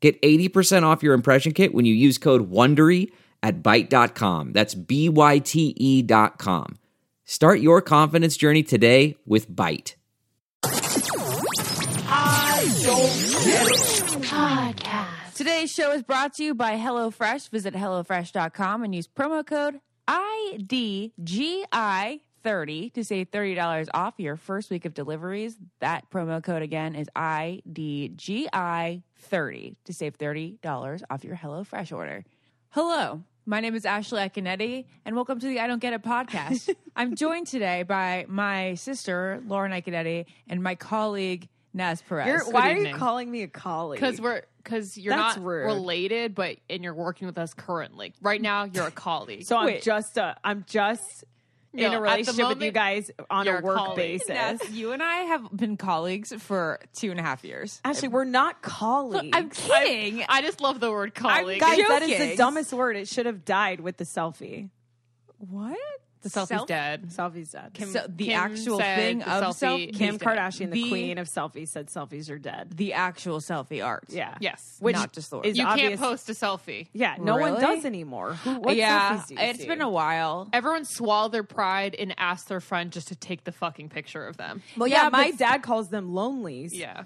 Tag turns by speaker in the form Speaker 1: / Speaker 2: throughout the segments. Speaker 1: Get 80% off your impression kit when you use code WONDERY at Byte.com. That's B-Y-T-E E dot com. Start your confidence journey today with Byte.
Speaker 2: Podcast.
Speaker 3: Today's show is brought to you by HelloFresh. Visit HelloFresh.com and use promo code IDGI30 to save $30 off your first week of deliveries. That promo code again is IDGI30 to save $30 off your HelloFresh order. Hello, my name is Ashley Akinetti, and welcome to the I Don't Get It podcast. I'm joined today by my sister, Lauren Akinetti, and my colleague, Naz Perez.
Speaker 4: You're,
Speaker 3: Good
Speaker 4: why are
Speaker 3: evening.
Speaker 4: you calling me a colleague?
Speaker 5: Because we're because you're
Speaker 4: That's
Speaker 5: not
Speaker 4: rude.
Speaker 5: related, but and you're working with us currently. Right now, you're a colleague.
Speaker 4: so I'm
Speaker 3: Wait.
Speaker 4: just a I'm just in
Speaker 5: No, at
Speaker 4: a
Speaker 5: the
Speaker 4: relationship with you
Speaker 5: moment,
Speaker 4: guys on
Speaker 5: you're
Speaker 4: a
Speaker 5: a
Speaker 4: work
Speaker 5: colleague.
Speaker 4: basis.
Speaker 3: Yes, you and I have been colleagues for two and a half years.
Speaker 4: Actually, we're not colleagues.
Speaker 3: I'm kidding.
Speaker 5: I just love the word colleague.
Speaker 4: guys,
Speaker 3: joking.
Speaker 4: that is the dumbest word. It should have died with the selfie.
Speaker 3: what?
Speaker 5: the selfie's
Speaker 3: self-
Speaker 5: dead.
Speaker 4: Selfie's dead. Kim,
Speaker 3: So the
Speaker 5: Kim
Speaker 3: actual
Speaker 5: said
Speaker 3: thing
Speaker 5: the
Speaker 3: of
Speaker 5: selfie
Speaker 3: self-
Speaker 5: is
Speaker 3: Kim
Speaker 5: dead.
Speaker 4: Kardashian, the,
Speaker 3: The-
Speaker 4: queen of selfies, said selfies are dead.
Speaker 3: The actual selfie art.
Speaker 4: Yeah.
Speaker 5: Yes.
Speaker 4: Which
Speaker 3: Not just the word.
Speaker 4: is
Speaker 5: You
Speaker 4: obvious-
Speaker 5: can't post a selfie.
Speaker 4: Yeah. No
Speaker 3: Really?
Speaker 4: one does anymore. Who, what
Speaker 3: yeah.
Speaker 4: selfies do you
Speaker 3: It's
Speaker 4: see?
Speaker 3: been a while.
Speaker 5: Everyone swallowed their pride and asked their friend just to take the fucking picture of them.
Speaker 4: Well, yeah.
Speaker 3: Yeah,
Speaker 4: my
Speaker 3: but-
Speaker 4: dad calls them lonelies.
Speaker 5: Yeah.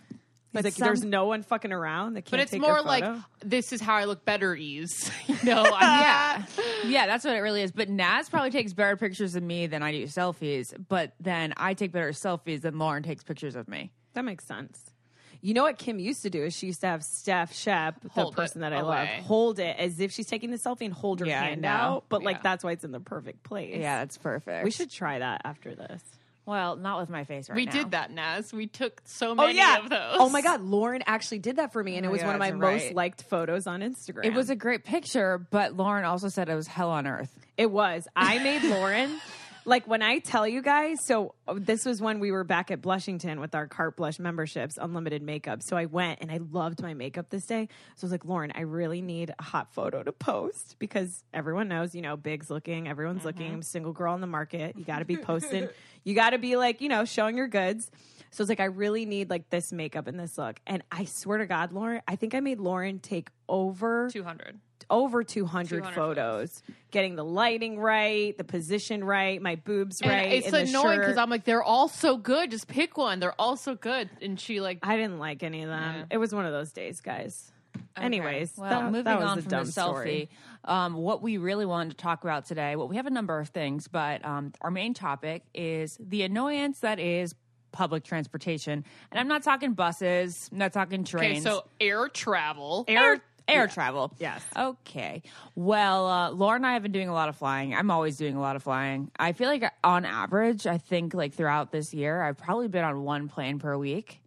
Speaker 4: He's like,
Speaker 3: some-
Speaker 4: there's no one fucking around. That can't
Speaker 5: But it's
Speaker 4: take
Speaker 5: more
Speaker 4: your
Speaker 5: like
Speaker 4: photo.
Speaker 5: this is how I look better ease. you know? I'm-
Speaker 3: Yeah. yeah, that's what it really is. But Naz probably takes better pictures of me than I do selfies, but then I take better selfies than Lauren takes pictures of me.
Speaker 4: That makes sense. You know what Kim used to do is she used to have Steph Shep,
Speaker 5: Hold
Speaker 4: the person
Speaker 5: it
Speaker 4: that I
Speaker 5: away.
Speaker 4: love, hold it as if she's taking the selfie and hold her
Speaker 3: Yeah, I
Speaker 4: hand
Speaker 3: know.
Speaker 4: out. But
Speaker 5: Yeah.
Speaker 4: like that's why it's in the perfect place.
Speaker 3: Yeah, that's perfect.
Speaker 4: we should try that after this.
Speaker 3: Well, not with my face right
Speaker 5: we
Speaker 3: now.
Speaker 5: did that, Naz. We took so many of those.
Speaker 4: Oh my God, Lauren actually did that for me, and
Speaker 3: Oh
Speaker 4: it
Speaker 3: my
Speaker 4: was one
Speaker 3: God,
Speaker 4: of my
Speaker 3: you're right.
Speaker 4: most liked photos on Instagram.
Speaker 3: It was a great picture, but Lauren also said it was hell on earth.
Speaker 4: It was. I made Lauren. Like when I tell you guys, so uh, this was when we were back at Blushington with our Cart Blush memberships, unlimited makeup. So I went and I loved my makeup this day. So I was like, Lauren, I really need a hot photo to post because everyone knows, you know, Big's looking, everyone's looking. I'm a single girl on the market. You got to be posting. you got to be like, you know, showing your goods. So I was like, I really need like this makeup and this look. And I swear to God, Lauren, I think I made Lauren take over
Speaker 5: 200.
Speaker 4: over 200,
Speaker 5: 200
Speaker 4: photos, getting the lighting right, the position right, my boobs
Speaker 5: And
Speaker 4: right.
Speaker 5: it's
Speaker 4: in the
Speaker 5: annoying because
Speaker 4: shirt.
Speaker 5: I'm like, they're all so good. Just pick one. They're all so good. And she like
Speaker 4: I didn't like any of them.
Speaker 5: Yeah.
Speaker 4: It was one of those days, guys. Anyways,
Speaker 3: well,
Speaker 4: that,
Speaker 3: moving
Speaker 4: that was
Speaker 3: on
Speaker 4: a
Speaker 3: from
Speaker 4: dumb
Speaker 3: the selfie,
Speaker 4: story.
Speaker 3: um, what we really wanted to talk about today, well, we have a number of things, but um, our main topic is the annoyance that is public transportation, and I'm not talking buses, I'm not talking
Speaker 5: Okay,
Speaker 3: trains,
Speaker 5: so air travel.
Speaker 3: air air travel.
Speaker 4: Yes.
Speaker 3: Okay. Well, uh, Laura and I have been doing a lot of flying. I'm always doing a lot of flying. I feel like on average, I think like throughout this year, I've probably been on one plane per week.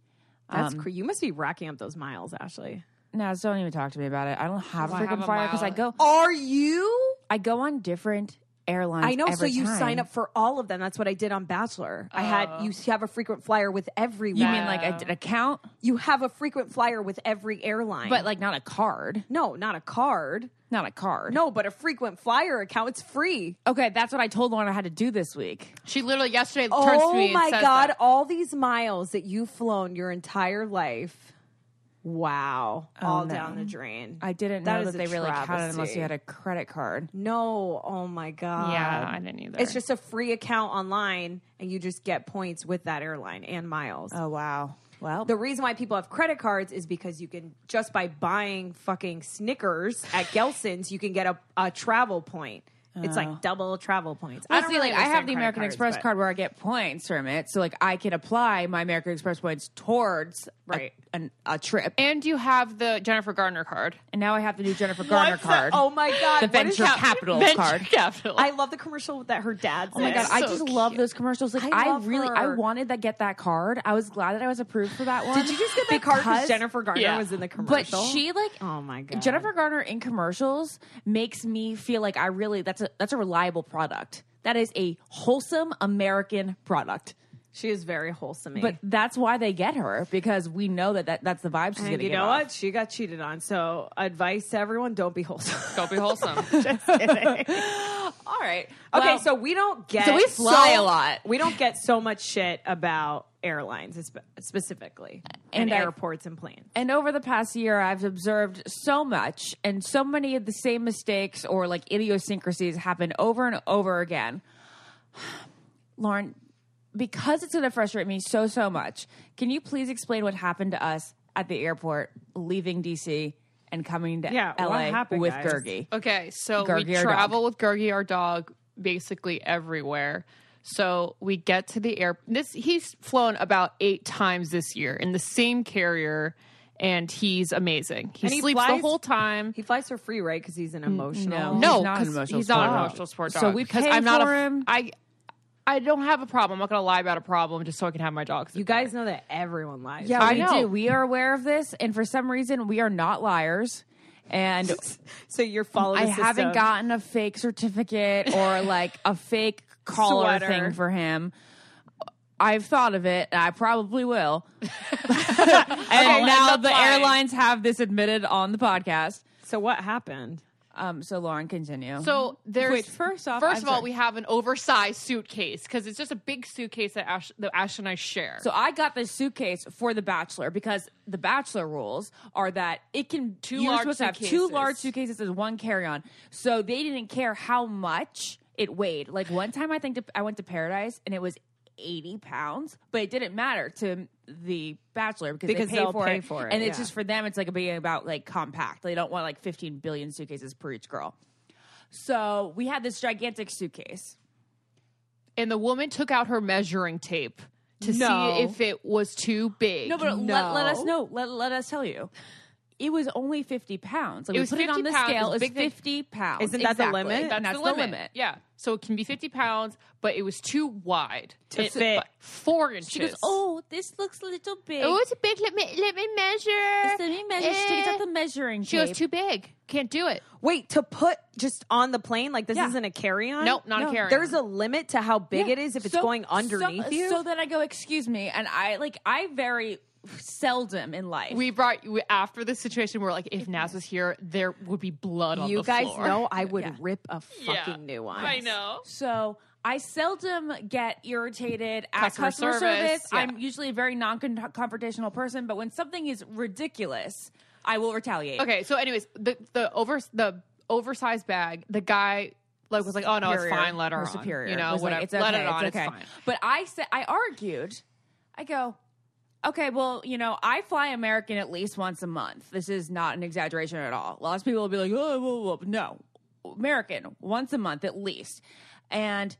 Speaker 4: That's
Speaker 3: Um,
Speaker 4: cr- you must be racking up those miles, Ashley.
Speaker 3: No, just don't even talk to me about it. I don't have a
Speaker 5: Well, I have
Speaker 3: freaking
Speaker 5: a
Speaker 3: flyer because I
Speaker 5: mile.
Speaker 3: go.
Speaker 4: Are you?
Speaker 3: I go on different airlines.
Speaker 4: I know. So
Speaker 3: every
Speaker 4: you
Speaker 3: time. Oh.
Speaker 4: sign up for all of them. That's what I did on Bachelor. I had you have a frequent flyer with everyone.
Speaker 3: You mean like a- an account,
Speaker 4: you have a frequent flyer with every airline?
Speaker 3: but like not a card,
Speaker 4: no, not a card.
Speaker 3: not a card.
Speaker 4: No, but a frequent flyer account. It's free.
Speaker 3: Okay, that's what I told Lauren I had to do this week.
Speaker 5: She literally yesterday turns
Speaker 4: Oh
Speaker 5: to me and
Speaker 4: my
Speaker 5: says
Speaker 4: god,
Speaker 5: that.
Speaker 4: all these miles that you've flown your entire life. Wow. all down the drain.
Speaker 3: Oh, I didn't
Speaker 4: That
Speaker 3: know
Speaker 4: is
Speaker 3: that
Speaker 4: a
Speaker 3: they really counted unless
Speaker 4: travesty.
Speaker 3: you had a credit card.
Speaker 4: No, oh my god.
Speaker 5: Yeah, I didn't either.
Speaker 4: It's just a free account online and you just get points with that airline and miles.
Speaker 3: Oh wow. Well,
Speaker 4: The reason why people have credit cards is because you can just by buying fucking Snickers at Gelson's, you can get a, a travel point. It's like double travel points.
Speaker 3: I
Speaker 4: don't
Speaker 3: Oh. see,
Speaker 4: really
Speaker 3: like, I have
Speaker 4: understand
Speaker 3: the
Speaker 4: credit
Speaker 3: American
Speaker 4: cards,
Speaker 3: Express
Speaker 4: but-
Speaker 3: card where I get points from it, so like I can apply my American Express points towards a-
Speaker 5: Right.
Speaker 3: an, a trip. And,
Speaker 5: And you have the Jennifer Garner card.
Speaker 3: now I have the new Jennifer Garner
Speaker 4: What's the-
Speaker 3: card.
Speaker 4: oh my god,
Speaker 3: The
Speaker 4: what is
Speaker 3: venture
Speaker 4: that?
Speaker 3: capital
Speaker 5: Venture
Speaker 3: card.
Speaker 5: Capital.
Speaker 4: I love the commercial that her dad's.
Speaker 3: Oh my god,
Speaker 5: That's
Speaker 3: I
Speaker 5: so
Speaker 3: just love those commercials. Like
Speaker 4: I
Speaker 3: I,
Speaker 4: love
Speaker 3: really,
Speaker 4: her.
Speaker 3: I wanted to get that card. I was glad that I was approved for that one.
Speaker 4: Did you just get that card because
Speaker 3: because-
Speaker 4: Jennifer Garner
Speaker 5: Yeah.
Speaker 4: was in the
Speaker 3: But
Speaker 4: commercial?
Speaker 3: she like
Speaker 4: Oh my god.
Speaker 3: Jennifer Garner in commercials makes me feel like I really that's a that's a reliable product. That is a wholesome American product.
Speaker 4: She is very wholesome. eh?
Speaker 3: But that's why they get her because we know that, that that's the vibe she's going
Speaker 4: and
Speaker 3: to
Speaker 4: you
Speaker 3: give
Speaker 4: know
Speaker 3: off.
Speaker 4: what? She got cheated on. So advice to everyone, don't be wholesome.
Speaker 5: Don't be wholesome.
Speaker 3: All right.
Speaker 4: Okay,
Speaker 3: Well,
Speaker 4: so we don't get
Speaker 3: So we fly a lot.
Speaker 4: We don't get so much shit about airlines espe- specifically and,
Speaker 3: And I-
Speaker 4: airports and planes.
Speaker 3: and over the past year, I've observed so much, and so many of the same mistakes or like idiosyncrasies happen over and over again. Lauren, because it's going to frustrate me so, so much, can you please explain what happened to us at the airport leaving DC and coming to
Speaker 4: Yeah, what
Speaker 3: LA
Speaker 4: happened,
Speaker 3: with
Speaker 4: guys?
Speaker 3: Gergie?
Speaker 5: Okay, so
Speaker 3: Gergie,
Speaker 5: we
Speaker 3: our dog.
Speaker 5: travel with Gergie, our dog, basically everywhere. So we get to the air. This he's flown about eight times this year in the same carrier, and he's amazing. He,
Speaker 4: And he
Speaker 5: sleeps
Speaker 4: flies-
Speaker 5: the whole time.
Speaker 4: He flies for free, right? Because he's an emotional.
Speaker 3: no.
Speaker 5: no,
Speaker 3: He's not an
Speaker 5: 'cause
Speaker 3: emotional
Speaker 5: he's not
Speaker 3: support
Speaker 5: an
Speaker 3: dog.
Speaker 5: emotional support
Speaker 3: So
Speaker 5: dog.
Speaker 3: we
Speaker 5: 'Cause
Speaker 3: pay
Speaker 5: I'm not
Speaker 3: for
Speaker 5: a,
Speaker 3: him.
Speaker 5: I, I don't have a problem. I'm not gonna lie about a problem just so I can have my dog.
Speaker 4: You guys know that everyone lies.
Speaker 3: Yeah,
Speaker 5: I
Speaker 3: we
Speaker 5: know.
Speaker 3: do. We are aware of this, and for some reason, we are not liars. And
Speaker 4: So you're following.
Speaker 3: I
Speaker 4: the
Speaker 3: haven't
Speaker 4: system.
Speaker 3: gotten a fake certificate or like a fake collar
Speaker 4: Sweater.
Speaker 3: thing for him. I've thought of it. and I probably will. and now
Speaker 5: up
Speaker 3: the
Speaker 5: lying.
Speaker 3: airlines have this admitted on the podcast.
Speaker 4: So what happened?
Speaker 3: Um, so Lauren, continue.
Speaker 5: So there's
Speaker 3: Wait, first off-
Speaker 5: first
Speaker 3: I'm
Speaker 5: of all,
Speaker 3: sorry.
Speaker 5: we have an oversized suitcase because it's just a big suitcase that Ash, that Ash and I share.
Speaker 3: So I got this suitcase for The Bachelor because The Bachelor rules are that it can
Speaker 5: Two
Speaker 3: you're
Speaker 5: large
Speaker 3: supposed to have two
Speaker 5: suitcases.
Speaker 3: large suitcases as one carry on. So they didn't care how much it weighed. Like one time, I think to, I went to Paradise and it was. 80 pounds, but it didn't matter to the bachelor because,
Speaker 4: Because
Speaker 3: they pay
Speaker 4: they'll
Speaker 3: for
Speaker 4: pay
Speaker 3: it.
Speaker 4: for it,
Speaker 3: And it's
Speaker 4: yeah.
Speaker 3: just for them, it's like being about like compact. They don't want like 15 billion suitcases per each girl. So we had this gigantic suitcase.
Speaker 5: and the woman took out her measuring tape to
Speaker 4: No.
Speaker 5: see if it was too big.
Speaker 3: No, but Let, let us
Speaker 4: No.
Speaker 3: know. Let, let us tell you. It was only 50 pounds. Like
Speaker 5: It
Speaker 3: we
Speaker 5: was
Speaker 3: put it on
Speaker 5: 50
Speaker 3: the
Speaker 5: pounds.
Speaker 3: scale.
Speaker 5: It's
Speaker 3: It's
Speaker 5: big thing.
Speaker 3: 50 pounds.
Speaker 4: Isn't that the limit?
Speaker 3: That's, the, limit.
Speaker 5: Yeah. So it can be 50 pounds, but it was too wide
Speaker 4: To
Speaker 5: It's
Speaker 4: fit.
Speaker 5: about Four inches.
Speaker 3: She goes, oh, this looks a little big.
Speaker 5: Oh, it's big. Let me, let me measure.
Speaker 3: It's- let me measure. She takes out the
Speaker 5: Eh.
Speaker 3: measuring
Speaker 5: She
Speaker 3: tape.
Speaker 5: goes, too big. Can't do it.
Speaker 4: Wait to put just on the plane like this
Speaker 3: Yeah.
Speaker 4: isn't a carry on.
Speaker 5: Nope, not a No. carry-on.
Speaker 4: There's a limit to how big
Speaker 3: Yeah.
Speaker 4: it is if it's
Speaker 3: So-
Speaker 4: going
Speaker 3: so-
Speaker 4: underneath you.
Speaker 3: So then I go, excuse me. And I, like, I very seldom in life.
Speaker 5: We brought you after this situation. We're like, if Naz was here, there would be blood on
Speaker 4: you
Speaker 5: the
Speaker 4: guys
Speaker 5: floor.
Speaker 4: know I would
Speaker 3: Yeah.
Speaker 4: rip a fucking
Speaker 5: Yeah.
Speaker 4: new one.
Speaker 5: I know.
Speaker 3: So I seldom get irritated at
Speaker 5: Customer
Speaker 3: customer, service.
Speaker 5: service, yeah.
Speaker 3: I'm usually a very non-confrontational person, but when something is ridiculous, I will retaliate.
Speaker 5: Okay, so anyways, the the over the oversized bag, the guy like was like, oh no, it's
Speaker 3: superior,
Speaker 5: fine, let her
Speaker 3: her
Speaker 5: on.
Speaker 3: superior.
Speaker 5: you know,
Speaker 3: was like,
Speaker 5: whatever,
Speaker 3: it's okay,
Speaker 5: let it on,
Speaker 3: it's okay.
Speaker 5: fine.
Speaker 3: But I said, I argued. I go, okay, well, you know, I fly American at least once a month. This is not an exaggeration at all. Lots of people will be like, oh, well, well, no, American once a month at least. And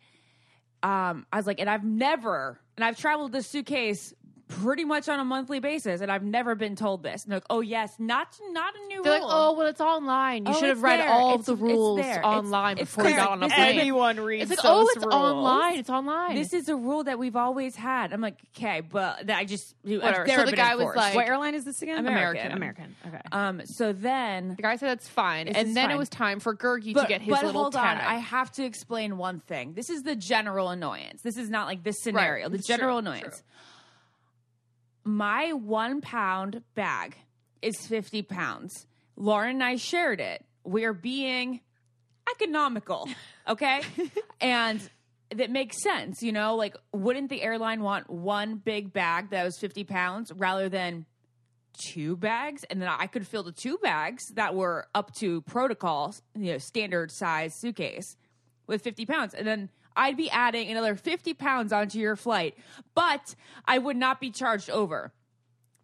Speaker 3: um, I was like, and I've never, and I've traveled this suitcase pretty much on a monthly basis, and I've never been told this. And they're like, oh yes, not not a new
Speaker 5: They're like,
Speaker 3: rule.
Speaker 5: oh well, it's online. You
Speaker 3: Oh,
Speaker 5: should have
Speaker 3: it's
Speaker 5: read
Speaker 3: there.
Speaker 5: all
Speaker 3: It's-
Speaker 5: of the
Speaker 3: it's
Speaker 5: rules
Speaker 3: there. It's-
Speaker 5: online
Speaker 3: it's
Speaker 5: before you
Speaker 3: there.
Speaker 5: got on a
Speaker 3: This
Speaker 5: plane.
Speaker 4: Everyone reads
Speaker 5: It's like,
Speaker 4: those
Speaker 5: oh, it's
Speaker 4: rules.
Speaker 5: online. It's online.
Speaker 3: This is a rule that we've always had. I'm like, okay, but I just
Speaker 5: Whatever.
Speaker 3: I've never
Speaker 5: So the
Speaker 3: been
Speaker 5: guy was
Speaker 3: enforced.
Speaker 5: like-
Speaker 4: What airline is this again?
Speaker 3: American.
Speaker 4: American. Okay.
Speaker 3: um. So then,
Speaker 5: the guy said that's fine,
Speaker 3: This is
Speaker 5: and then
Speaker 3: fine.
Speaker 5: it was time for Gergie to
Speaker 3: but,
Speaker 5: get his
Speaker 3: but
Speaker 5: little
Speaker 3: hold on,
Speaker 5: tag.
Speaker 3: I have to explain one thing. This is the general annoyance. This is not like this scenario. The
Speaker 5: It's
Speaker 3: general
Speaker 5: true,
Speaker 3: annoyance. My one pound bag is fifty pounds. Lauren and I shared it. We're being economical, okay? and that makes sense, you know? Like, wouldn't the airline want one big bag that was 50 pounds rather than two bags? And then I could fill the two bags that were up to protocol, you know, standard size suitcase with 50 pounds. And then I'd be adding another 50 pounds onto your flight, but I would not be charged over.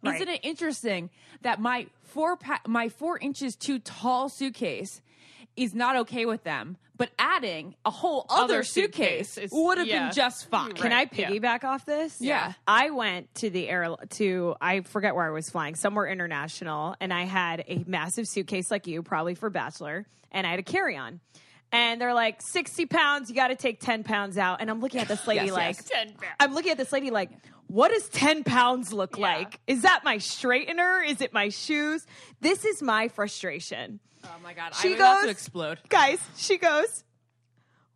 Speaker 3: Isn't it interesting that my four pa- my four inches too tall suitcase is not okay with them, but adding a whole other,
Speaker 5: Other
Speaker 3: suitcase,
Speaker 5: suitcase is-
Speaker 3: would have
Speaker 5: yeah.
Speaker 3: been just fine.
Speaker 5: You're
Speaker 4: Can
Speaker 5: right.
Speaker 4: I piggyback off this?
Speaker 3: Yeah.
Speaker 4: I went to the air to I forget where I was flying, somewhere international, and I had a massive suitcase like you, probably for bachelor, and I had a carry on. And they're like, 60 pounds, you gotta take 10 pounds out. And I'm looking at this lady
Speaker 3: Yes,
Speaker 4: like
Speaker 3: yes.
Speaker 5: 10 pounds.
Speaker 4: I'm looking at this lady like, what does 10 pounds look like? Is that my straightener? Is it my shoes? This is my frustration
Speaker 3: Oh my god,
Speaker 4: She
Speaker 3: I am about to
Speaker 4: goes-
Speaker 3: explode.
Speaker 4: guys, she goes,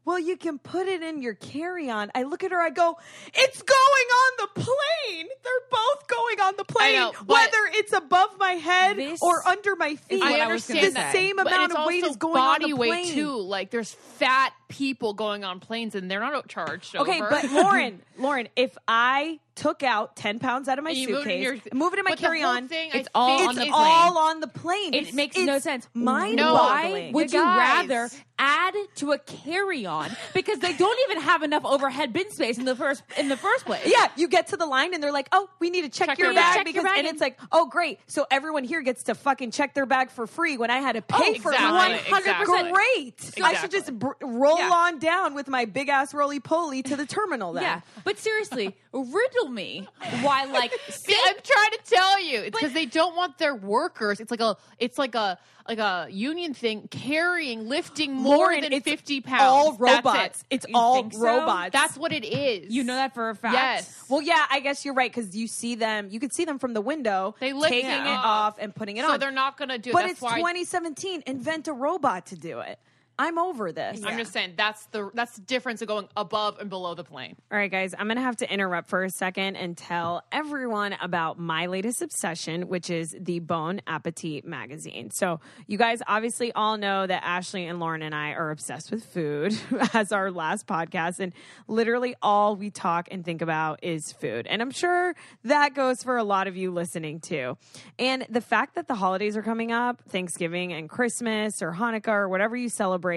Speaker 4: Well, you can put it in your carry on. I look at her, I go, It's going on the plane. They're both going on the plane,
Speaker 5: know, but-
Speaker 4: whether it's above my head
Speaker 3: This
Speaker 4: or under my feet.
Speaker 3: what
Speaker 5: I
Speaker 3: I was
Speaker 5: understand
Speaker 3: gonna
Speaker 4: the
Speaker 5: that.
Speaker 4: same
Speaker 5: but
Speaker 4: amount
Speaker 5: it's
Speaker 4: of weight
Speaker 5: also
Speaker 4: is going
Speaker 5: body
Speaker 4: on the plane.
Speaker 5: weight too. Like there's fat people going on planes and they're not charged.
Speaker 4: Okay,
Speaker 5: over.
Speaker 4: but Lauren, Lauren, if I took out ten pounds out of my
Speaker 5: And you moved it in
Speaker 4: suitcase,
Speaker 5: your-
Speaker 4: move it in my
Speaker 5: but the whole
Speaker 4: carry on,
Speaker 5: thing, I
Speaker 4: it's it's
Speaker 5: all on the
Speaker 4: all
Speaker 5: plane.
Speaker 4: on the plane.
Speaker 3: It makes no sense.
Speaker 4: Mind
Speaker 5: No.
Speaker 3: Why
Speaker 4: boggling.
Speaker 3: would
Speaker 5: You
Speaker 3: you
Speaker 5: guys.
Speaker 3: rather add to a carry-on because they don't even have enough overhead bin space in the first in the first place?
Speaker 4: Yeah, you get to the line and they're like, "Oh, we need to check,
Speaker 5: Check
Speaker 4: your
Speaker 5: your
Speaker 4: bag
Speaker 5: bag.
Speaker 3: Check your
Speaker 4: because,"
Speaker 3: bag
Speaker 4: and
Speaker 3: and-
Speaker 4: it's like, "Oh, great! So everyone here gets to fucking check their bag for free when I had to pay for
Speaker 5: Oh, exactly,
Speaker 4: it." One hundred
Speaker 5: exactly.
Speaker 4: percent. Great. I should
Speaker 5: Exactly.
Speaker 4: just br- roll
Speaker 3: Yeah.
Speaker 4: on down with my big ass roly poly to the terminal. Then,
Speaker 3: yeah. But seriously, riddle me why like
Speaker 5: See,
Speaker 3: six
Speaker 5: I'm trying to tell you, it's because they don't want their workers. It's like a, it's like a, like a union thing carrying, lifting more
Speaker 4: Lauren,
Speaker 5: than
Speaker 4: it's
Speaker 5: fifty pounds.
Speaker 4: all
Speaker 5: That's it.
Speaker 4: robots. It's
Speaker 3: You
Speaker 4: all
Speaker 3: think so?
Speaker 4: robots.
Speaker 5: That's what it is.
Speaker 3: you know that for a fact.
Speaker 5: Yes.
Speaker 4: Well, yeah, I guess you're right because you see them. You could see them from the window.
Speaker 5: They lift
Speaker 4: taking
Speaker 5: it
Speaker 4: it
Speaker 5: off.
Speaker 4: off and putting it
Speaker 5: so
Speaker 4: on.
Speaker 5: they're not going to do. it.
Speaker 4: but
Speaker 5: that's
Speaker 4: it's
Speaker 5: why
Speaker 4: 2017. Invent a robot to do it. I'm over this.
Speaker 5: I'm just saying that's the that's the difference of going above and below the plane.
Speaker 4: All right, guys, I'm going to have to interrupt for a second and tell everyone about my latest obsession, which is the Bone Appetit magazine. So, you guys obviously all know that Ashley and Lauren and I are obsessed with food as our last podcast. And literally all we talk and think about is food. And I'm sure that goes for a lot of you listening too. And the fact that the holidays are coming up, Thanksgiving and Christmas or Hanukkah or whatever you celebrate,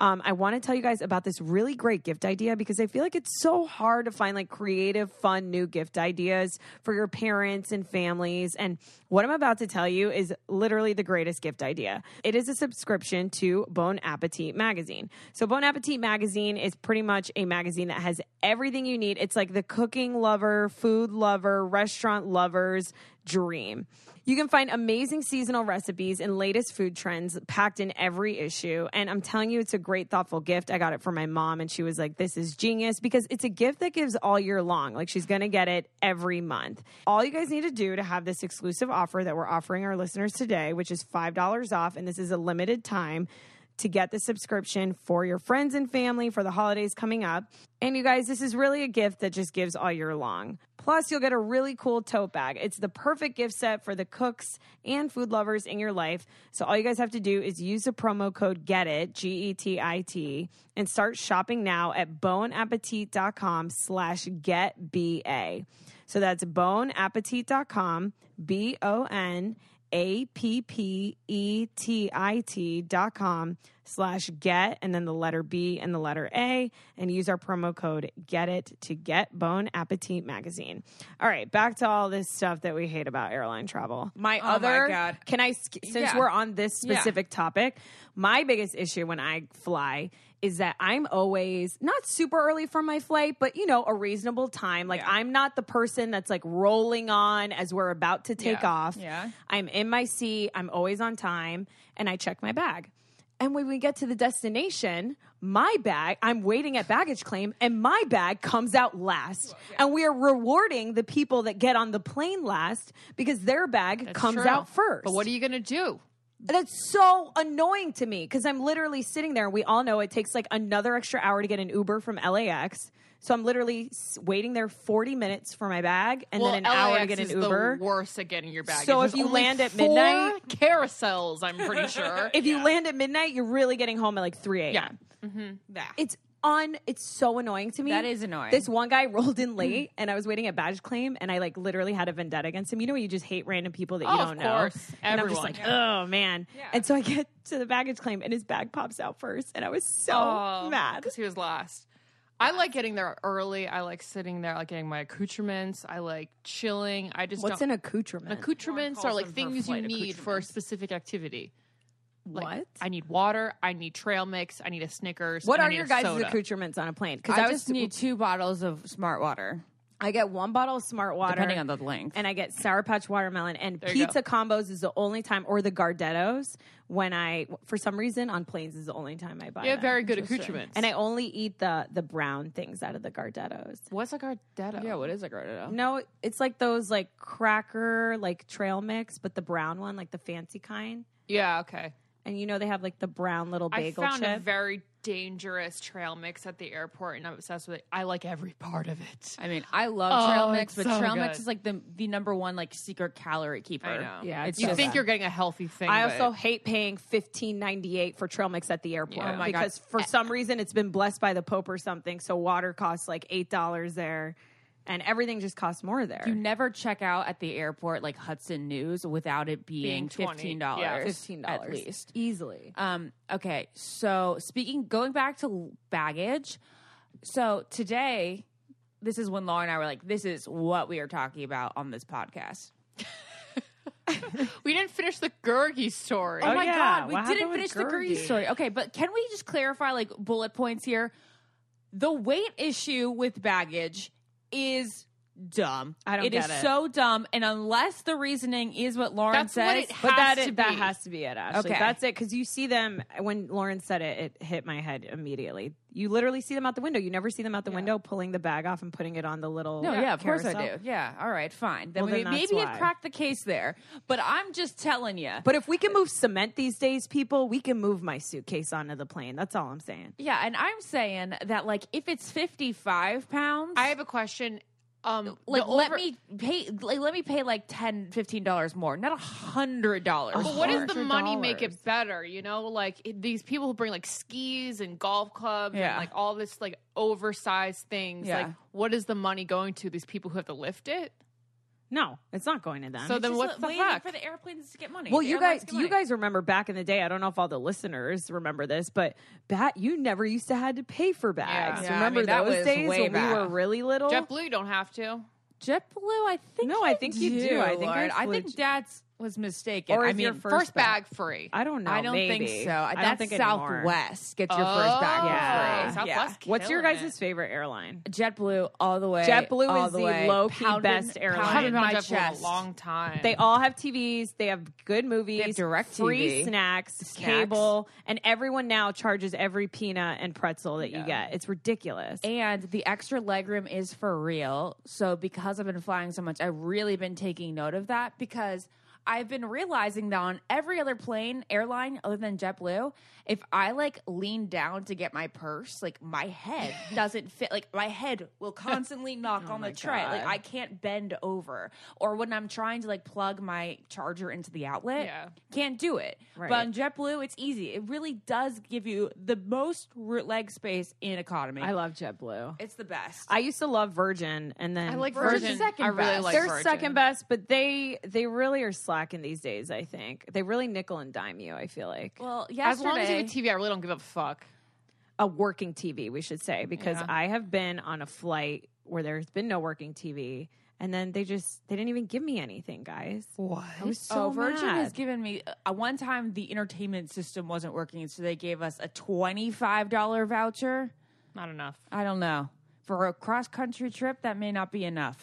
Speaker 4: um, I want to tell you guys about this really great gift idea because I feel like it's so hard to find like creative, fun, new gift ideas for your parents and families. And what I'm about to tell you is literally the greatest gift idea. It is a subscription to Bon Appetit magazine. So, Bon Appetit magazine is pretty much a magazine that has everything you need. It's like the cooking lover, food lover, restaurant lovers dream. You can find amazing seasonal recipes and latest food trends packed in every issue. And I'm telling you, it's a great, thoughtful gift. I got it for my mom, and she was like, This is genius because it's a gift that gives all year long. Like, she's going to get it every month. All you guys need to do to have this exclusive offer that we're offering our listeners today, which is $5 off, and this is a limited time to get the subscription for your friends and family for the holidays coming up. And you guys, this is really a gift that just gives all year long. Plus, you'll get a really cool tote bag. It's the perfect gift set for the cooks and food lovers in your life. So all you guys have to do is use the promo code GET IT, G E T I T, and start shopping now at boneappetit.com slash getba. So that's boneappetit.com, B O N a P P E T I T dot com slash get and then the letter B and the letter A and use our promo code get it to get Bone Appetit magazine. All right, back to all this stuff that we hate about airline travel. Oh My
Speaker 3: my
Speaker 4: other
Speaker 3: God.
Speaker 4: can I sk- since
Speaker 3: Yeah.
Speaker 4: we're on this
Speaker 3: Yeah.
Speaker 4: specific topic, my biggest issue when I fly is that I'm always not super early from my flight, but you know, a reasonable time. Like I'm not the person that's like rolling on as we're about to take
Speaker 5: Yeah.
Speaker 4: off.
Speaker 3: Yeah.
Speaker 4: I'm in my seat, I'm always on time, and I check my bag. And when we get to the destination, my bag, I'm waiting at baggage claim, and my bag comes out last. And we are rewarding the people that get on the plane last because their bag
Speaker 5: That's
Speaker 4: comes
Speaker 5: true.
Speaker 4: out first.
Speaker 5: But what are you going to do?
Speaker 4: That's so annoying to me because I'm literally sitting there. We all know it takes like another extra hour to get an Uber from LAX. So I'm literally s- waiting there 40 minutes for my bag and
Speaker 5: well,
Speaker 4: then an
Speaker 5: LAX
Speaker 4: hour to get an
Speaker 5: is
Speaker 4: Uber.
Speaker 5: the worst at getting your baggage.
Speaker 4: So if
Speaker 5: There's
Speaker 4: you
Speaker 5: only
Speaker 4: land at
Speaker 5: four
Speaker 4: midnight-
Speaker 5: carousels, I'm pretty sure.
Speaker 4: If you land at midnight, you're really getting home at like 3 a.m.
Speaker 5: yeah,
Speaker 4: It's on. It's so annoying to me.
Speaker 3: Mm-hmm. That is annoying.
Speaker 4: This one guy rolled
Speaker 5: Mm-hmm.
Speaker 4: in late, and I was waiting at badge claim, and I like literally had a vendetta against him. You know, when you just hate random people that you
Speaker 5: Oh, of
Speaker 4: don't know.
Speaker 5: course.
Speaker 4: And I'm just
Speaker 5: Everyone.
Speaker 4: like, oh man.
Speaker 3: Yeah.
Speaker 4: And so I get to the baggage claim, and his bag pops out first, and I was so
Speaker 5: Oh,
Speaker 4: Oh, mad.
Speaker 5: because he was last. I like getting there early. I like sitting there, I like getting my accoutrements. I like chilling. I just
Speaker 4: What's
Speaker 5: don't,
Speaker 4: an accoutrement?
Speaker 5: accoutrements are
Speaker 3: calls
Speaker 5: like
Speaker 3: them her
Speaker 5: things you
Speaker 3: flight
Speaker 5: need for a
Speaker 3: accoutrements.
Speaker 5: specific activity. Like,
Speaker 4: What?
Speaker 5: I need water. I need trail mix. I need a Snickers.
Speaker 4: What
Speaker 5: and I
Speaker 4: are
Speaker 5: need
Speaker 4: your
Speaker 5: a
Speaker 4: guys'
Speaker 5: soda.
Speaker 4: accoutrements on a plane? Because
Speaker 3: I,
Speaker 4: I, was,
Speaker 3: just need two bottles of smart water,
Speaker 4: I get one bottle of Smart Water,
Speaker 3: depending on the length.
Speaker 4: and I get Sour Patch Watermelon and
Speaker 5: you
Speaker 4: pizza combos is the only time, or the Gardettos. When I, for some reason, on planes is the only time I buy.
Speaker 5: You have
Speaker 4: them.
Speaker 5: very good accoutrements.
Speaker 4: And I only eat the the brown things out of the Gardettos.
Speaker 5: what's a Gardetto?
Speaker 3: yeah, what is a Gardetto?
Speaker 4: No, it's like those like cracker like trail mix, but the brown one, like the fancy kind.
Speaker 5: Yeah, okay.
Speaker 4: And you know they have like the brown little bagel
Speaker 5: I found
Speaker 4: chip.
Speaker 5: a very dangerous trail mix at the airport, and I'm obsessed with it. I like every part of it.
Speaker 3: I mean, I love trail
Speaker 5: Oh,
Speaker 3: mix, but
Speaker 5: it's so
Speaker 3: trail mix
Speaker 5: good.
Speaker 3: is like the the number one like secret calorie keeper.
Speaker 5: I know.
Speaker 4: Yeah, it's
Speaker 5: you
Speaker 4: so
Speaker 5: think
Speaker 4: bad.
Speaker 5: you're getting a healthy thing.
Speaker 4: I
Speaker 5: but-
Speaker 4: also hate paying fifteen ninety eight for trail mix at the airport
Speaker 5: Yeah. Oh my
Speaker 3: God. Eh.
Speaker 4: because for some reason it's been blessed by the Pope or something. So water costs like eight dollars there, and everything just costs more there.
Speaker 3: You never check out at the airport like Hudson News without it being,
Speaker 5: Being 20,
Speaker 3: fifteen
Speaker 5: yeah.
Speaker 3: dollars,
Speaker 4: Fifteen dollars
Speaker 3: at least.
Speaker 4: easily.
Speaker 3: Um, okay, so speaking, going back to baggage. So today, this is when Laura and I were like, "This is what we are talking about on this podcast."
Speaker 5: we didn't finish the Gurgi story.
Speaker 3: Oh,
Speaker 4: Oh,
Speaker 3: my
Speaker 4: yeah.
Speaker 3: god, we
Speaker 4: What
Speaker 3: didn't
Speaker 4: happened with
Speaker 3: finish the
Speaker 4: Gertie?
Speaker 3: Grease story. Okay, but can we just clarify like bullet points here? The weight issue with baggage is dumb.
Speaker 4: I don't get
Speaker 3: It
Speaker 4: it.
Speaker 3: is so dumb, and unless the reasoning is what Lauren
Speaker 5: That's
Speaker 3: says,
Speaker 5: what it
Speaker 4: But
Speaker 5: Has
Speaker 4: that
Speaker 5: to
Speaker 4: it, that
Speaker 5: be.
Speaker 4: has to be it, Ashley.
Speaker 3: Okay.
Speaker 4: That's it. Because you see them when Lauren said it, it hit my head immediately. You literally see them out the window. You never see them out the window pulling the bag off and putting it on the little.
Speaker 3: No, yeah, of course I
Speaker 4: carousel.
Speaker 3: do. Yeah, all right, fine. Then,
Speaker 4: Well,
Speaker 3: we,
Speaker 4: then that's
Speaker 3: maybe it
Speaker 4: why.
Speaker 3: cracked the case there, but I'm just telling you.
Speaker 4: But if we can move cement these days, people, we can move my suitcase onto the plane. That's all I'm saying.
Speaker 3: yeah, and I'm saying that like if it's 55 pounds,
Speaker 5: I have a question. Um,
Speaker 3: like
Speaker 5: the
Speaker 3: let
Speaker 5: over-
Speaker 3: me pay like let me pay like 10 15 dollars more, not a hundred dollars.
Speaker 5: But what
Speaker 3: more.
Speaker 5: does the money make it better? You know, like it- these people who bring like skis and golf clubs and
Speaker 3: Yeah.
Speaker 5: like all this like oversized things.
Speaker 3: Yeah.
Speaker 5: Like, what is the money going to? These people who have to lift it.
Speaker 4: No, it's not going to them.
Speaker 5: So then,
Speaker 3: Just
Speaker 5: what's the
Speaker 3: waiting
Speaker 5: fuck?
Speaker 3: for the airplanes to get money?
Speaker 4: Well,
Speaker 3: The
Speaker 4: you
Speaker 3: airlines
Speaker 4: guys,
Speaker 3: get
Speaker 4: do you
Speaker 3: money.
Speaker 4: guys remember back in the day? I don't know if all the listeners remember this, but bat, you never used to had to pay for bags.
Speaker 3: Yeah, I
Speaker 4: remember
Speaker 3: mean, that
Speaker 4: those
Speaker 3: was
Speaker 4: days
Speaker 3: way
Speaker 4: when we
Speaker 3: back.
Speaker 4: were really little?
Speaker 5: JetBlue, you don't have to.
Speaker 3: JetBlue, I think.
Speaker 4: No, I think you do. I think I
Speaker 3: Lauren. I
Speaker 4: flew
Speaker 3: think
Speaker 4: j-
Speaker 3: Dad's was mistaken.
Speaker 4: Or
Speaker 3: I
Speaker 4: if
Speaker 3: mean,
Speaker 4: your
Speaker 5: First,
Speaker 4: First
Speaker 5: bag free.
Speaker 4: I don't know.
Speaker 3: I don't
Speaker 4: maybe.
Speaker 3: think so.
Speaker 4: I
Speaker 3: That's
Speaker 4: don't think anymore.
Speaker 3: Southwest gets your first bag.
Speaker 4: Yeah.
Speaker 3: for free.
Speaker 5: Oh, Southwest.
Speaker 4: What's your
Speaker 5: killing
Speaker 4: guys'
Speaker 5: it.
Speaker 4: favorite airline?
Speaker 3: JetBlue all the way.
Speaker 4: JetBlue
Speaker 3: all
Speaker 4: is
Speaker 3: the
Speaker 4: the
Speaker 3: way.
Speaker 4: low-key best airline.
Speaker 5: I
Speaker 3: Pounded
Speaker 5: haven't been on
Speaker 3: my
Speaker 5: JetBlue in
Speaker 3: chest.
Speaker 5: a long time.
Speaker 4: They all have TVs. They have good movies.
Speaker 3: direct TV.
Speaker 4: free snacks, cable, and everyone now charges every peanut and pretzel that you get. It's ridiculous.
Speaker 3: And the extra legroom is for real. So because I've been flying so much, I've really been taking note of that because I've been realizing that on every other plane airline other than JetBlue, if I like lean down to get my purse, like my head doesn't fit. Like my head will constantly knock on the tray. Like I can't bend over. Or when I'm trying to like plug my charger into the outlet,
Speaker 5: Yeah.
Speaker 3: can't do it.
Speaker 4: Right.
Speaker 3: But on JetBlue, it's easy. It really does give you the most root leg space in economy.
Speaker 4: I love JetBlue.
Speaker 3: It's the best.
Speaker 4: I used to love Virgin, and then
Speaker 5: I like
Speaker 3: Virgin's
Speaker 5: Virgin.
Speaker 3: second
Speaker 5: I really
Speaker 3: best.
Speaker 5: like
Speaker 4: they're
Speaker 5: Virgin.
Speaker 4: second best, but they they really are slacking these days. I think they really nickel and dime you. I feel like
Speaker 3: well,
Speaker 5: As
Speaker 3: yesterday,
Speaker 5: long as you have a TV, I really don't give a fuck.
Speaker 4: a working TV, we should say, because I have been on a flight where there's been no working TV, and then they just they didn't even give me anything, guys.
Speaker 5: What?
Speaker 4: I was so
Speaker 3: oh, Virgin
Speaker 4: mad.
Speaker 3: has given me uh, one time the entertainment system wasn't working, so they gave us a twenty-five dollar voucher.
Speaker 5: Not enough.
Speaker 3: I don't know for a cross-country trip that may not be enough,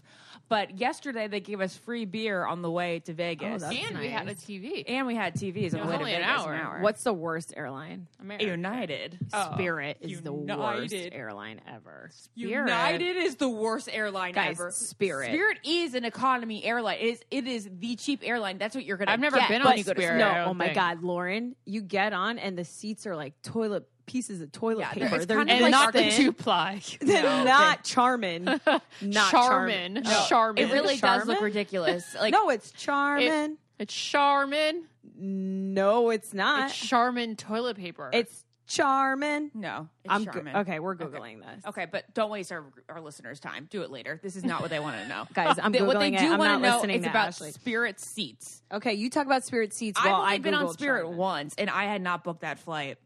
Speaker 3: but yesterday they gave us free beer on the way to Vegas,
Speaker 4: that's-
Speaker 5: and we had a TV.
Speaker 3: and we had TVs on the
Speaker 5: was
Speaker 3: way to
Speaker 5: only an
Speaker 3: Vegas.
Speaker 5: hour.
Speaker 4: What's the worst airline? Oh,
Speaker 5: America.
Speaker 3: United?
Speaker 4: Spirit is the worst
Speaker 3: United.
Speaker 4: airline ever. Spirit.
Speaker 3: United is the worst airline
Speaker 4: Guys,
Speaker 3: ever.
Speaker 4: Spirit.
Speaker 3: Spirit is an economy airline. It is it is the cheap airline. That's what you're gonna.
Speaker 5: I've never
Speaker 3: get
Speaker 5: been
Speaker 3: when
Speaker 5: on
Speaker 3: you go to
Speaker 5: Spirit. I
Speaker 4: No,
Speaker 5: don't
Speaker 4: oh my
Speaker 5: think.
Speaker 4: God, Lauren, you get on and the seats are like toilet pieces of toilet
Speaker 3: Yeah, they're-
Speaker 4: paper.
Speaker 3: it's
Speaker 4: They're
Speaker 3: kind of
Speaker 5: And
Speaker 3: like
Speaker 5: not the
Speaker 4: nothing.
Speaker 5: two ply.
Speaker 4: They're not Charmin. Not Charmin.
Speaker 5: Charmin. Charmin.
Speaker 3: It really does look
Speaker 4: Charmin?
Speaker 3: ridiculous. Like
Speaker 4: No, it's Charmin.
Speaker 5: It- it's Charmin.
Speaker 4: no, it's not.
Speaker 5: It's Charmin toilet paper.
Speaker 4: Uh, It's Charmin.
Speaker 3: no, it's
Speaker 4: I'm
Speaker 3: Charmin.
Speaker 4: Go- okay. We're googling this.
Speaker 3: Okay, but don't waste our, our listeners' time. Do it later. This is not what they want to know,
Speaker 4: Guys, I'm
Speaker 3: They- what they
Speaker 4: Googling it.
Speaker 3: do
Speaker 4: I'm
Speaker 3: wanna
Speaker 4: not
Speaker 3: know
Speaker 4: listening
Speaker 3: is
Speaker 4: to
Speaker 3: about
Speaker 4: Ashley.
Speaker 3: Spirit seats.
Speaker 4: Okay, you talk about Spirit Seats. While
Speaker 3: I've only
Speaker 4: I
Speaker 3: been on
Speaker 4: Googled
Speaker 3: Spirit
Speaker 4: Charmin.
Speaker 3: once, and I had not booked that flight.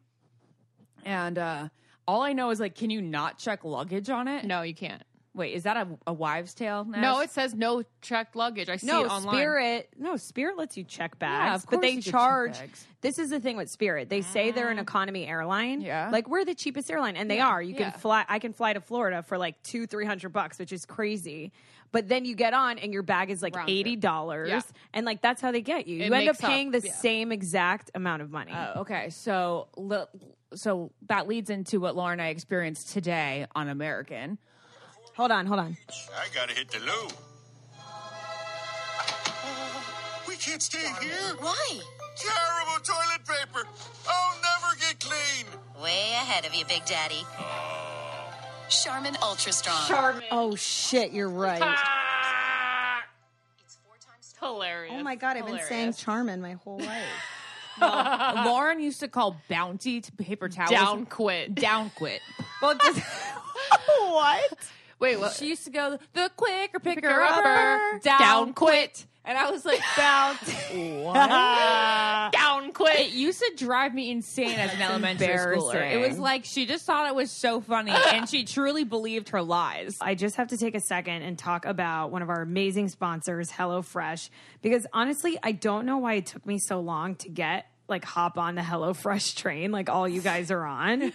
Speaker 3: And uh all I know is like, can you not check luggage on it?
Speaker 5: no, you can't.
Speaker 3: Wait, is that a, a wives' tale? Now?
Speaker 5: No, it says no checked luggage. I see
Speaker 4: no
Speaker 5: it online.
Speaker 4: spirit no spirit lets you check bags
Speaker 3: Yeah, of
Speaker 4: but
Speaker 3: course
Speaker 4: they
Speaker 3: you can check
Speaker 4: charge
Speaker 3: bags.
Speaker 4: this is the thing with spirit they say they're an economy airline
Speaker 3: Yeah.
Speaker 4: like we're the cheapest airline and they are you
Speaker 5: yeah.
Speaker 4: can fly i can fly to florida for like two three hundred bucks which is crazy but then you get on and your bag is like
Speaker 5: Round trip.
Speaker 4: eighty dollars
Speaker 5: Yeah.
Speaker 4: and like that's how they get you
Speaker 5: It
Speaker 4: you end up
Speaker 5: makes up,
Speaker 4: paying the
Speaker 5: yeah.
Speaker 4: same exact amount of money
Speaker 3: Oh, okay, so le- so that leads into what Laura and I experienced today on American.
Speaker 4: hold on hold on
Speaker 2: I gotta hit the loo. We can't stay here.
Speaker 6: Why?
Speaker 2: Terrible toilet paper. I'll never get clean.
Speaker 6: Way ahead of you, Big Daddy. Charmin Ultra Strong.
Speaker 4: oh shit you're right
Speaker 5: Hilarious.
Speaker 4: oh my god i've been saying charmin my whole life
Speaker 3: Lauren used to call Bounty to paper towels
Speaker 5: down quit.
Speaker 3: down quit.
Speaker 4: well does- what
Speaker 5: Wait, what?
Speaker 3: She used to go the quicker picker,
Speaker 5: Picker
Speaker 3: upper,
Speaker 5: upper,
Speaker 3: down,
Speaker 5: down
Speaker 3: quit, and I was like Bounty.
Speaker 5: down
Speaker 3: It
Speaker 5: quit.
Speaker 3: used to drive me insane as an elementary schooler. It was
Speaker 4: embarrassing.
Speaker 3: like she just thought it was so funny, and she truly believed her lies.
Speaker 4: I just have to take a second and talk about one of our amazing sponsors, HelloFresh, because honestly, I don't know why it took me so long to get like hop on the HelloFresh train like all you guys are on.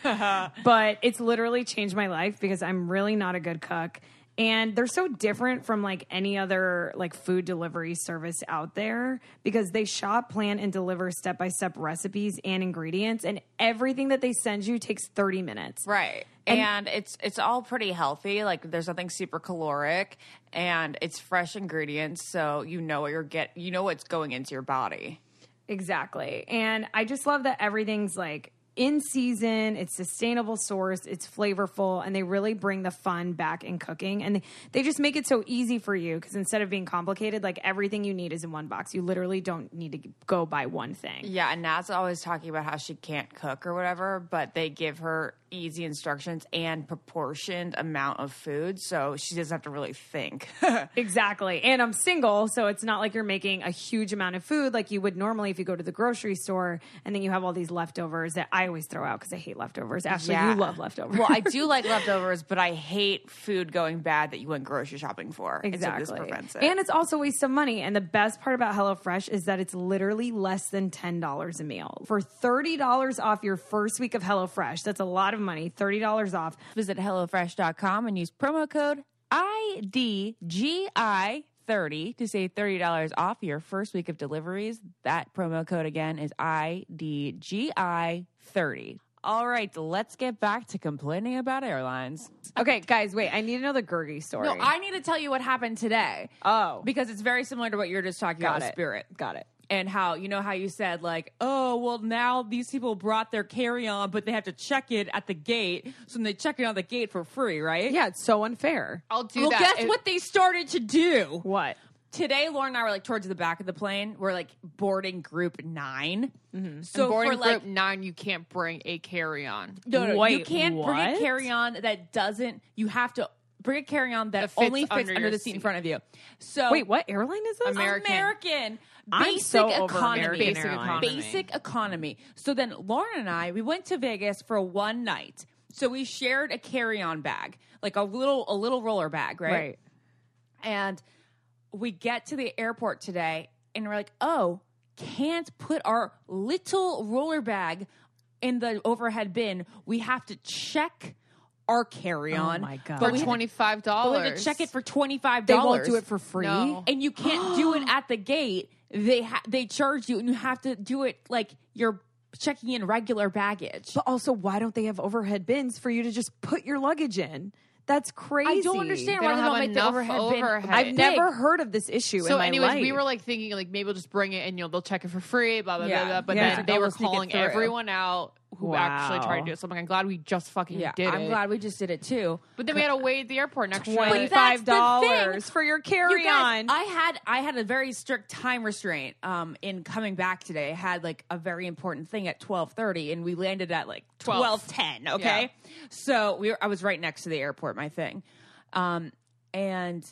Speaker 4: but it's literally changed my life because I'm really not a good cook. And they're so different from like any other like food delivery service out there because they shop, plan, and deliver step by step recipes and ingredients, and everything that they send you takes 30 minutes.
Speaker 3: Right. And, it's it's all pretty healthy. Like there's nothing super caloric and it's fresh ingredients, so you know what you're get you know what's going into your body.
Speaker 4: Exactly. And I just love that everything's like in season, it's sustainable source, it's flavorful, and they really bring the fun back in cooking. And they, they just make it so easy for you because instead of being complicated, like everything you need is in one box. You literally don't need to go buy one thing.
Speaker 3: Yeah, and Nat's always talking about how she can't cook or whatever, but they give her easy instructions and proportioned amount of food, so she doesn't have to really think.
Speaker 4: Exactly. And I'm single, so it's not like you're making a huge amount of food like you would normally if you go to the grocery store and then you have all these leftovers that I always throw out because I hate leftovers. Ashley,
Speaker 3: Yeah.
Speaker 4: you love leftovers.
Speaker 3: well, I do like leftovers, but I hate food going bad that you went grocery shopping for. And so
Speaker 4: Exactly.
Speaker 3: this prevents it.
Speaker 4: And it's also a waste of money. And the best part about HelloFresh is that it's literally less than $10 a meal. For $30 off your first week of HelloFresh, that's a lot of money, $30 off.
Speaker 3: Visit HelloFresh.com and use promo code IDGI30 to save $30 off your first week of deliveries. That promo code again is IDGI30. All right, let's get back to complaining about airlines.
Speaker 4: Okay, guys, wait. I need another Gertie story.
Speaker 3: No, I need to tell you what happened today.
Speaker 4: Oh.
Speaker 3: Because it's very similar to what you're just talking about
Speaker 4: got
Speaker 3: with
Speaker 4: it.
Speaker 3: spirit.
Speaker 4: Got it.
Speaker 3: And how, you know, how you said, like, oh, well, now these people brought their carry on, but they have to check it at the gate. So they check it on the gate for free, right?
Speaker 4: Yeah, it's so unfair.
Speaker 5: I'll do
Speaker 3: well,
Speaker 5: that.
Speaker 3: guess
Speaker 5: It-
Speaker 3: what they started to do?
Speaker 4: What?
Speaker 3: Today, Laura and I were like towards the back of the plane. We're like boarding group 9 So
Speaker 5: Boarding
Speaker 3: for like,
Speaker 5: group nine, you can't bring a carry on.
Speaker 3: no, no, you
Speaker 4: Wait,
Speaker 3: can't bring a
Speaker 4: what?
Speaker 3: carry on that doesn't. You have to bring a carry on that,
Speaker 5: That fits
Speaker 3: only fits
Speaker 5: under
Speaker 3: under,
Speaker 5: your
Speaker 3: the seat in
Speaker 5: seat.
Speaker 3: front of you. So
Speaker 4: Wait, what airline is this?
Speaker 5: Ameri-
Speaker 3: American,
Speaker 5: American.
Speaker 4: I'm
Speaker 3: basic
Speaker 4: so over
Speaker 3: economy,
Speaker 4: American
Speaker 5: Basic Airlines. economy.
Speaker 3: basic economy. So then Lauren and I, we went to Vegas for one night. So we shared a carry-on bag, like a little a little roller bag,
Speaker 4: Right.
Speaker 3: and we get to the airport today and we're like, oh, can't put our little roller bag in the overhead bin. We have to check our carry on.
Speaker 4: Oh my God.
Speaker 5: For
Speaker 3: But we have to-
Speaker 5: twenty five
Speaker 3: but we have
Speaker 5: dollars.
Speaker 3: to check it for twenty five
Speaker 4: They
Speaker 3: dollars.
Speaker 4: won't do it for free.
Speaker 5: No.
Speaker 3: and you can't do it at the gate. They ha- they charge you, and you have to do it like you're checking in regular baggage.
Speaker 4: But also, why don't they have overhead bins for you to just put your luggage in? That's crazy.
Speaker 3: I don't understand
Speaker 5: They
Speaker 3: why
Speaker 5: don't
Speaker 3: they
Speaker 5: have
Speaker 3: don't make the
Speaker 5: enough
Speaker 3: overhead, bin
Speaker 5: overhead.
Speaker 4: I've
Speaker 5: Big.
Speaker 4: never heard of this issue
Speaker 5: So,
Speaker 4: in my
Speaker 5: anyways,
Speaker 4: life.
Speaker 5: we were like thinking, like maybe we'll just bring it and you'll they'll check it for free, blah blah
Speaker 3: Yeah.
Speaker 5: blah. blah. But
Speaker 4: Yeah.
Speaker 5: then
Speaker 4: Like,
Speaker 5: they
Speaker 4: they'll
Speaker 5: were
Speaker 4: sneak it
Speaker 5: calling
Speaker 4: through.
Speaker 5: everyone out who actually tried to
Speaker 4: Wow.
Speaker 5: do it. So I'm like, I'm glad we just fucking
Speaker 3: Yeah,
Speaker 5: did
Speaker 3: I'm
Speaker 5: it.
Speaker 3: glad we just did it too.
Speaker 5: But then we had to wait at the airport an extra
Speaker 3: But that's
Speaker 4: five
Speaker 3: the
Speaker 4: dollars
Speaker 3: thing.
Speaker 4: for your
Speaker 3: You
Speaker 4: carry
Speaker 3: guys,
Speaker 4: on.
Speaker 3: I had I had a very strict time restraint um in coming back today. I had like a very important thing at 12:30 and we landed at like 12:10, okay? So we were, I was right next to the airport my thing. Um and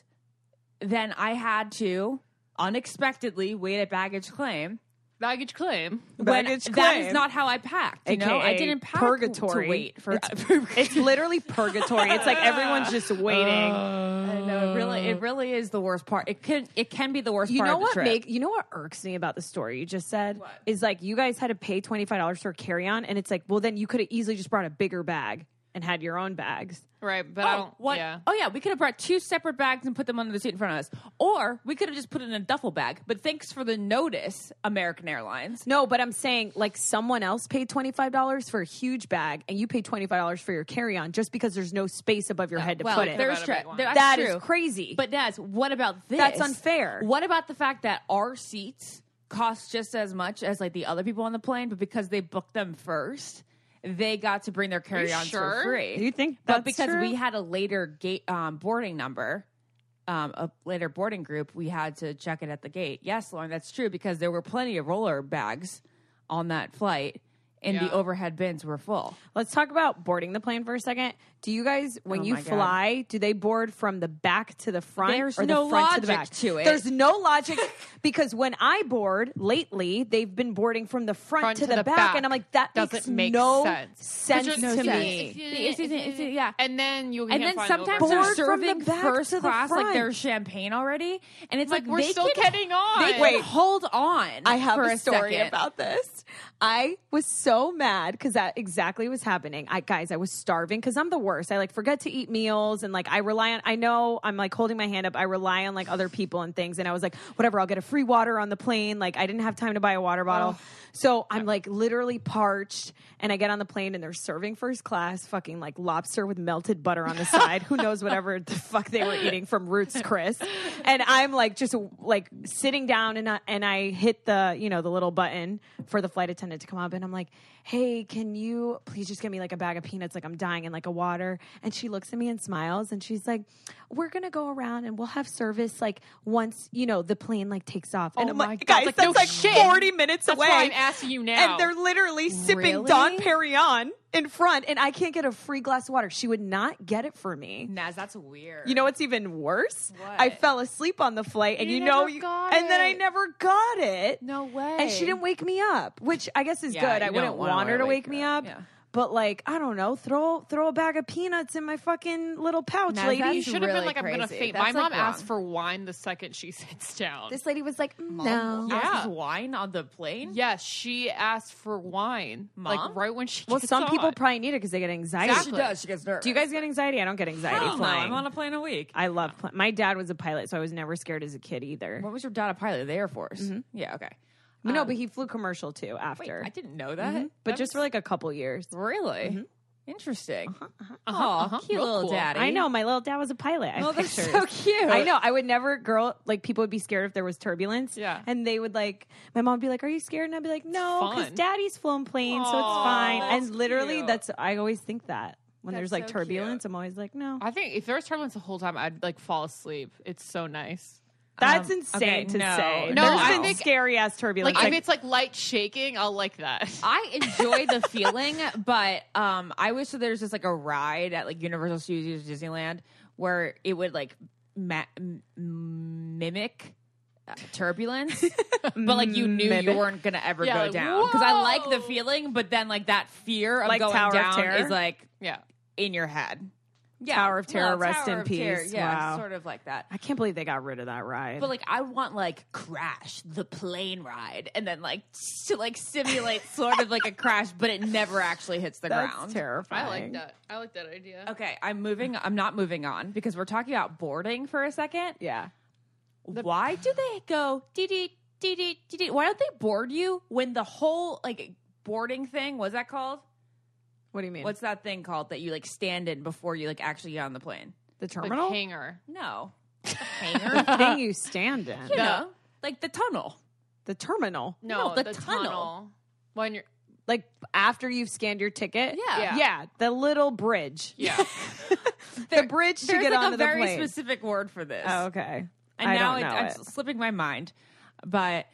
Speaker 3: then I had to unexpectedly wait at baggage claim
Speaker 5: baggage claim.
Speaker 3: When
Speaker 4: Baggage
Speaker 3: that is
Speaker 4: claim.
Speaker 3: not how I packed. You know, I
Speaker 4: AKA
Speaker 3: didn't pack
Speaker 4: purgatory.
Speaker 3: to wait for.
Speaker 4: It's- It's literally purgatory. It's like everyone's just waiting.
Speaker 3: I know it really, it really is the worst part. It can, it can be the worst
Speaker 4: you
Speaker 3: part.
Speaker 4: know
Speaker 3: of the
Speaker 4: what
Speaker 3: trip.
Speaker 4: make you know what irks me about the story you just said is like you guys had to pay twenty five dollars for a carry on, and it's like, well, then you could have easily just brought a bigger bag and had your own bags.
Speaker 5: Right, but I
Speaker 3: Oh,
Speaker 5: don't.
Speaker 3: what?
Speaker 5: Yeah.
Speaker 3: Oh, yeah. We could have brought two separate bags and put them under the seat in front of us, or we could have just put it in a duffel bag. But thanks for the notice, American Airlines.
Speaker 4: No, but I'm saying like someone else paid twenty five dollars for a huge bag, and you paid twenty five dollars for your carry on just because there's no space above your head to
Speaker 3: well,
Speaker 4: put it.
Speaker 3: there's
Speaker 5: About a
Speaker 3: tra-
Speaker 5: big one.
Speaker 3: there- that's
Speaker 4: That
Speaker 3: true.
Speaker 4: is crazy.
Speaker 3: But Naz, what about this?
Speaker 4: That's unfair.
Speaker 3: What about the fact that our seats cost just as much as like the other people on the plane, but because they booked them first, they got to bring their carry-ons
Speaker 5: sure?
Speaker 3: for free.
Speaker 4: Do you think
Speaker 3: But
Speaker 4: that's
Speaker 3: because
Speaker 4: true?
Speaker 3: we had a later gate um, boarding number, um, a later boarding group, we had to check it at the gate. Yes, Lauren, that's true because there were plenty of roller bags on that flight. And the
Speaker 5: Yeah.
Speaker 3: overhead bins were full.
Speaker 4: Let's talk about boarding the plane for a second. Do you guys, when
Speaker 3: Oh
Speaker 4: you
Speaker 3: my God.
Speaker 4: fly, do they board from the back to the front
Speaker 3: There's
Speaker 4: or the
Speaker 3: no
Speaker 4: front to the
Speaker 3: logic
Speaker 4: back?
Speaker 3: to it.
Speaker 4: There's no logic because when I board lately, they've been boarding from the front, to, the, back, and I'm like, that
Speaker 5: Doesn't
Speaker 4: makes
Speaker 5: make
Speaker 4: no
Speaker 5: sense.
Speaker 4: sense,
Speaker 5: Which is-
Speaker 4: to me.
Speaker 5: to me-
Speaker 3: It's- it's- it's- yeah.
Speaker 5: And then you
Speaker 3: and then sometimes they're
Speaker 4: Board from the
Speaker 3: serving
Speaker 4: back
Speaker 3: first
Speaker 4: to the
Speaker 3: class like
Speaker 4: front.
Speaker 3: there's champagne already, and it's like,
Speaker 5: Like, we're
Speaker 3: they
Speaker 5: still
Speaker 3: can-
Speaker 5: getting on.
Speaker 3: They can
Speaker 5: Wait.
Speaker 3: hold on.
Speaker 4: I have
Speaker 3: for
Speaker 4: a story
Speaker 3: second.
Speaker 4: about this. I was so mad because that exactly was happening. I guys, I was starving because I'm the worst. I like forget to eat meals and like I rely on. I know I'm like holding my hand up. I rely on like other people and things. And I was like, whatever. I'll get a free water on the plane. Like I didn't have time to buy a water bottle, so I'm like literally parched. And I get on the plane and they're serving first class fucking like lobster with melted butter on the side. Who knows whatever the fuck they were eating from Roots Chris. And I'm like just like sitting down and I, and I hit the, you know, the little button for the flight attendant to come up and I'm like, "Hey, can you please just give me like a bag of peanuts like I'm dying and like a water?" And she looks at me and smiles and she's like, "We're going to go around and we'll have service like once, you know, the plane like takes off." And
Speaker 5: Oh
Speaker 4: I'm
Speaker 5: my
Speaker 4: like,
Speaker 5: God,
Speaker 4: "Guys,
Speaker 5: like,
Speaker 4: that's
Speaker 5: no
Speaker 4: like
Speaker 5: shit.
Speaker 4: 40 minutes
Speaker 5: That's
Speaker 4: away."
Speaker 5: why I'm asking you now.
Speaker 4: And they're literally sipping
Speaker 3: Really?
Speaker 4: Don Perignon in front and I can't get a free glass of water. She would not get it for me.
Speaker 3: Naz, that's weird.
Speaker 4: You know what's even worse? I fell asleep on the flight, and you,
Speaker 5: You
Speaker 4: know,
Speaker 5: never
Speaker 4: you,
Speaker 5: got
Speaker 4: and then I
Speaker 5: it.
Speaker 4: never got it.
Speaker 5: No way.
Speaker 4: And she didn't wake me up, which I guess is
Speaker 3: Yeah,
Speaker 4: good.
Speaker 3: you
Speaker 4: I wouldn't
Speaker 3: don't wanna
Speaker 4: want her to wake, me
Speaker 3: her
Speaker 4: up.
Speaker 3: up, yeah.
Speaker 4: But like, I don't know, throw throw a bag of peanuts in my fucking little pouch,
Speaker 3: Now
Speaker 4: lady.
Speaker 3: that's-
Speaker 5: You
Speaker 3: It's
Speaker 5: should have
Speaker 3: really
Speaker 5: been like, I'm going to
Speaker 3: crazy.
Speaker 5: faint.
Speaker 3: That's,
Speaker 5: My
Speaker 3: like,
Speaker 5: mom asked
Speaker 3: wrong.
Speaker 5: for wine the second she sits down.
Speaker 4: this lady was like, mm, no.
Speaker 5: Yeah.
Speaker 3: Asks wine on the plane.
Speaker 5: yes, she asked for wine.
Speaker 3: Mom?
Speaker 5: Like right when she
Speaker 4: Well,
Speaker 5: gets
Speaker 4: some people
Speaker 5: on. Uh-huh,
Speaker 4: probably need it because they get anxiety.
Speaker 5: Exactly.
Speaker 3: She does. She gets nervous.
Speaker 4: Do you guys get anxiety? I don't get anxiety
Speaker 3: Hell no,
Speaker 4: flying.
Speaker 3: I'm on a plane a week.
Speaker 4: I love. Pl- my dad was a pilot, so I was never scared as a kid either.
Speaker 3: What was your dad a pilot? The Air Force. Yeah. Okay.
Speaker 4: no, but he flew commercial too
Speaker 3: Um, Wait,
Speaker 4: after. Mm-hmm.
Speaker 3: I didn't know that.
Speaker 4: but
Speaker 3: That
Speaker 4: just for
Speaker 3: was-
Speaker 4: like a couple years.
Speaker 3: really interesting.
Speaker 5: Uh-huh,
Speaker 3: Aw,
Speaker 5: uh-huh.
Speaker 3: Oh, cute
Speaker 5: Real
Speaker 3: little
Speaker 5: cool.
Speaker 3: daddy.
Speaker 4: I know my little dad was a pilot. I
Speaker 3: Oh,
Speaker 4: have
Speaker 3: that's
Speaker 4: pictures.
Speaker 3: so cute.
Speaker 4: I know. I would never, girl. Like people would be scared if there was turbulence.
Speaker 5: Yeah.
Speaker 4: And they would like, my mom would be like, "Are you scared?" And I'd be like, "No, because
Speaker 5: fun.
Speaker 4: daddy's flown planes, so it's
Speaker 5: Aw,
Speaker 4: fine."
Speaker 3: that's
Speaker 4: And literally,
Speaker 3: cute.
Speaker 4: that's I always think that when there's
Speaker 3: That's
Speaker 4: like
Speaker 3: so Um,
Speaker 4: turbulence, I'm always like, "No,
Speaker 5: I think if there was turbulence the whole time, I'd like fall asleep. It's so nice.
Speaker 4: that's
Speaker 3: Um,
Speaker 4: insane
Speaker 3: okay,
Speaker 4: to
Speaker 3: no,
Speaker 4: say."
Speaker 5: no,
Speaker 4: there's
Speaker 5: I
Speaker 4: been
Speaker 5: think-
Speaker 4: scary ass turbulence.
Speaker 5: Like, Uh, if it's like light shaking, I'll like that.
Speaker 3: I enjoy the feeling, but um, I wish that there's just like a ride at like Universal Studios Disneyland where it would like ma- m- mimic uh, turbulence, but like you knew you weren't gonna ever
Speaker 5: Yeah,
Speaker 3: go
Speaker 5: like,
Speaker 3: down because I like the
Speaker 5: whoa.
Speaker 3: feeling, but then like that fear of
Speaker 4: Like
Speaker 3: going
Speaker 4: Tower of
Speaker 3: down
Speaker 4: Terror?
Speaker 3: is like
Speaker 5: yeah.
Speaker 3: in your head. Yeah,
Speaker 4: Tower of Terror,
Speaker 3: well,
Speaker 4: rest
Speaker 3: Tower
Speaker 4: in
Speaker 3: of Terror,
Speaker 4: peace.
Speaker 3: yeah,
Speaker 4: Wow.
Speaker 3: sort of like that.
Speaker 4: I can't believe they got rid of that ride.
Speaker 3: But like I want like crash the plane ride and then like to like simulate sort of like a crash, but it never actually hits the
Speaker 4: that's
Speaker 3: ground.
Speaker 4: terrifying.
Speaker 5: I like that. I like that idea.
Speaker 3: Okay, I'm moving. I'm not moving on because we're talking about boarding for a second.
Speaker 4: Yeah.
Speaker 3: Why do they go dee dee dee dee dee dee? Why don't they board you when the whole like boarding thing? What's that called?
Speaker 4: What do you mean?
Speaker 3: What's that thing called that you like stand in before you like actually get on the plane?
Speaker 4: the
Speaker 5: Like
Speaker 4: terminal
Speaker 5: hanger.
Speaker 3: No, hangar.
Speaker 4: thing you stand in?
Speaker 3: you know, like the tunnel.
Speaker 4: The terminal.
Speaker 5: No,
Speaker 3: the
Speaker 5: the,
Speaker 3: tunnel.
Speaker 5: tunnel. When you're
Speaker 4: like after you've scanned your ticket.
Speaker 3: Yeah.
Speaker 5: Yeah.
Speaker 4: the little bridge.
Speaker 5: yeah.
Speaker 4: the bridge to
Speaker 3: There's
Speaker 4: get
Speaker 3: like
Speaker 4: onto
Speaker 3: a
Speaker 4: the
Speaker 3: very
Speaker 4: plane.
Speaker 3: specific word for this.
Speaker 4: oh, okay.
Speaker 3: and
Speaker 4: I
Speaker 3: now
Speaker 4: don't
Speaker 3: it,
Speaker 4: know
Speaker 3: I'm
Speaker 4: it.
Speaker 3: slipping my mind, but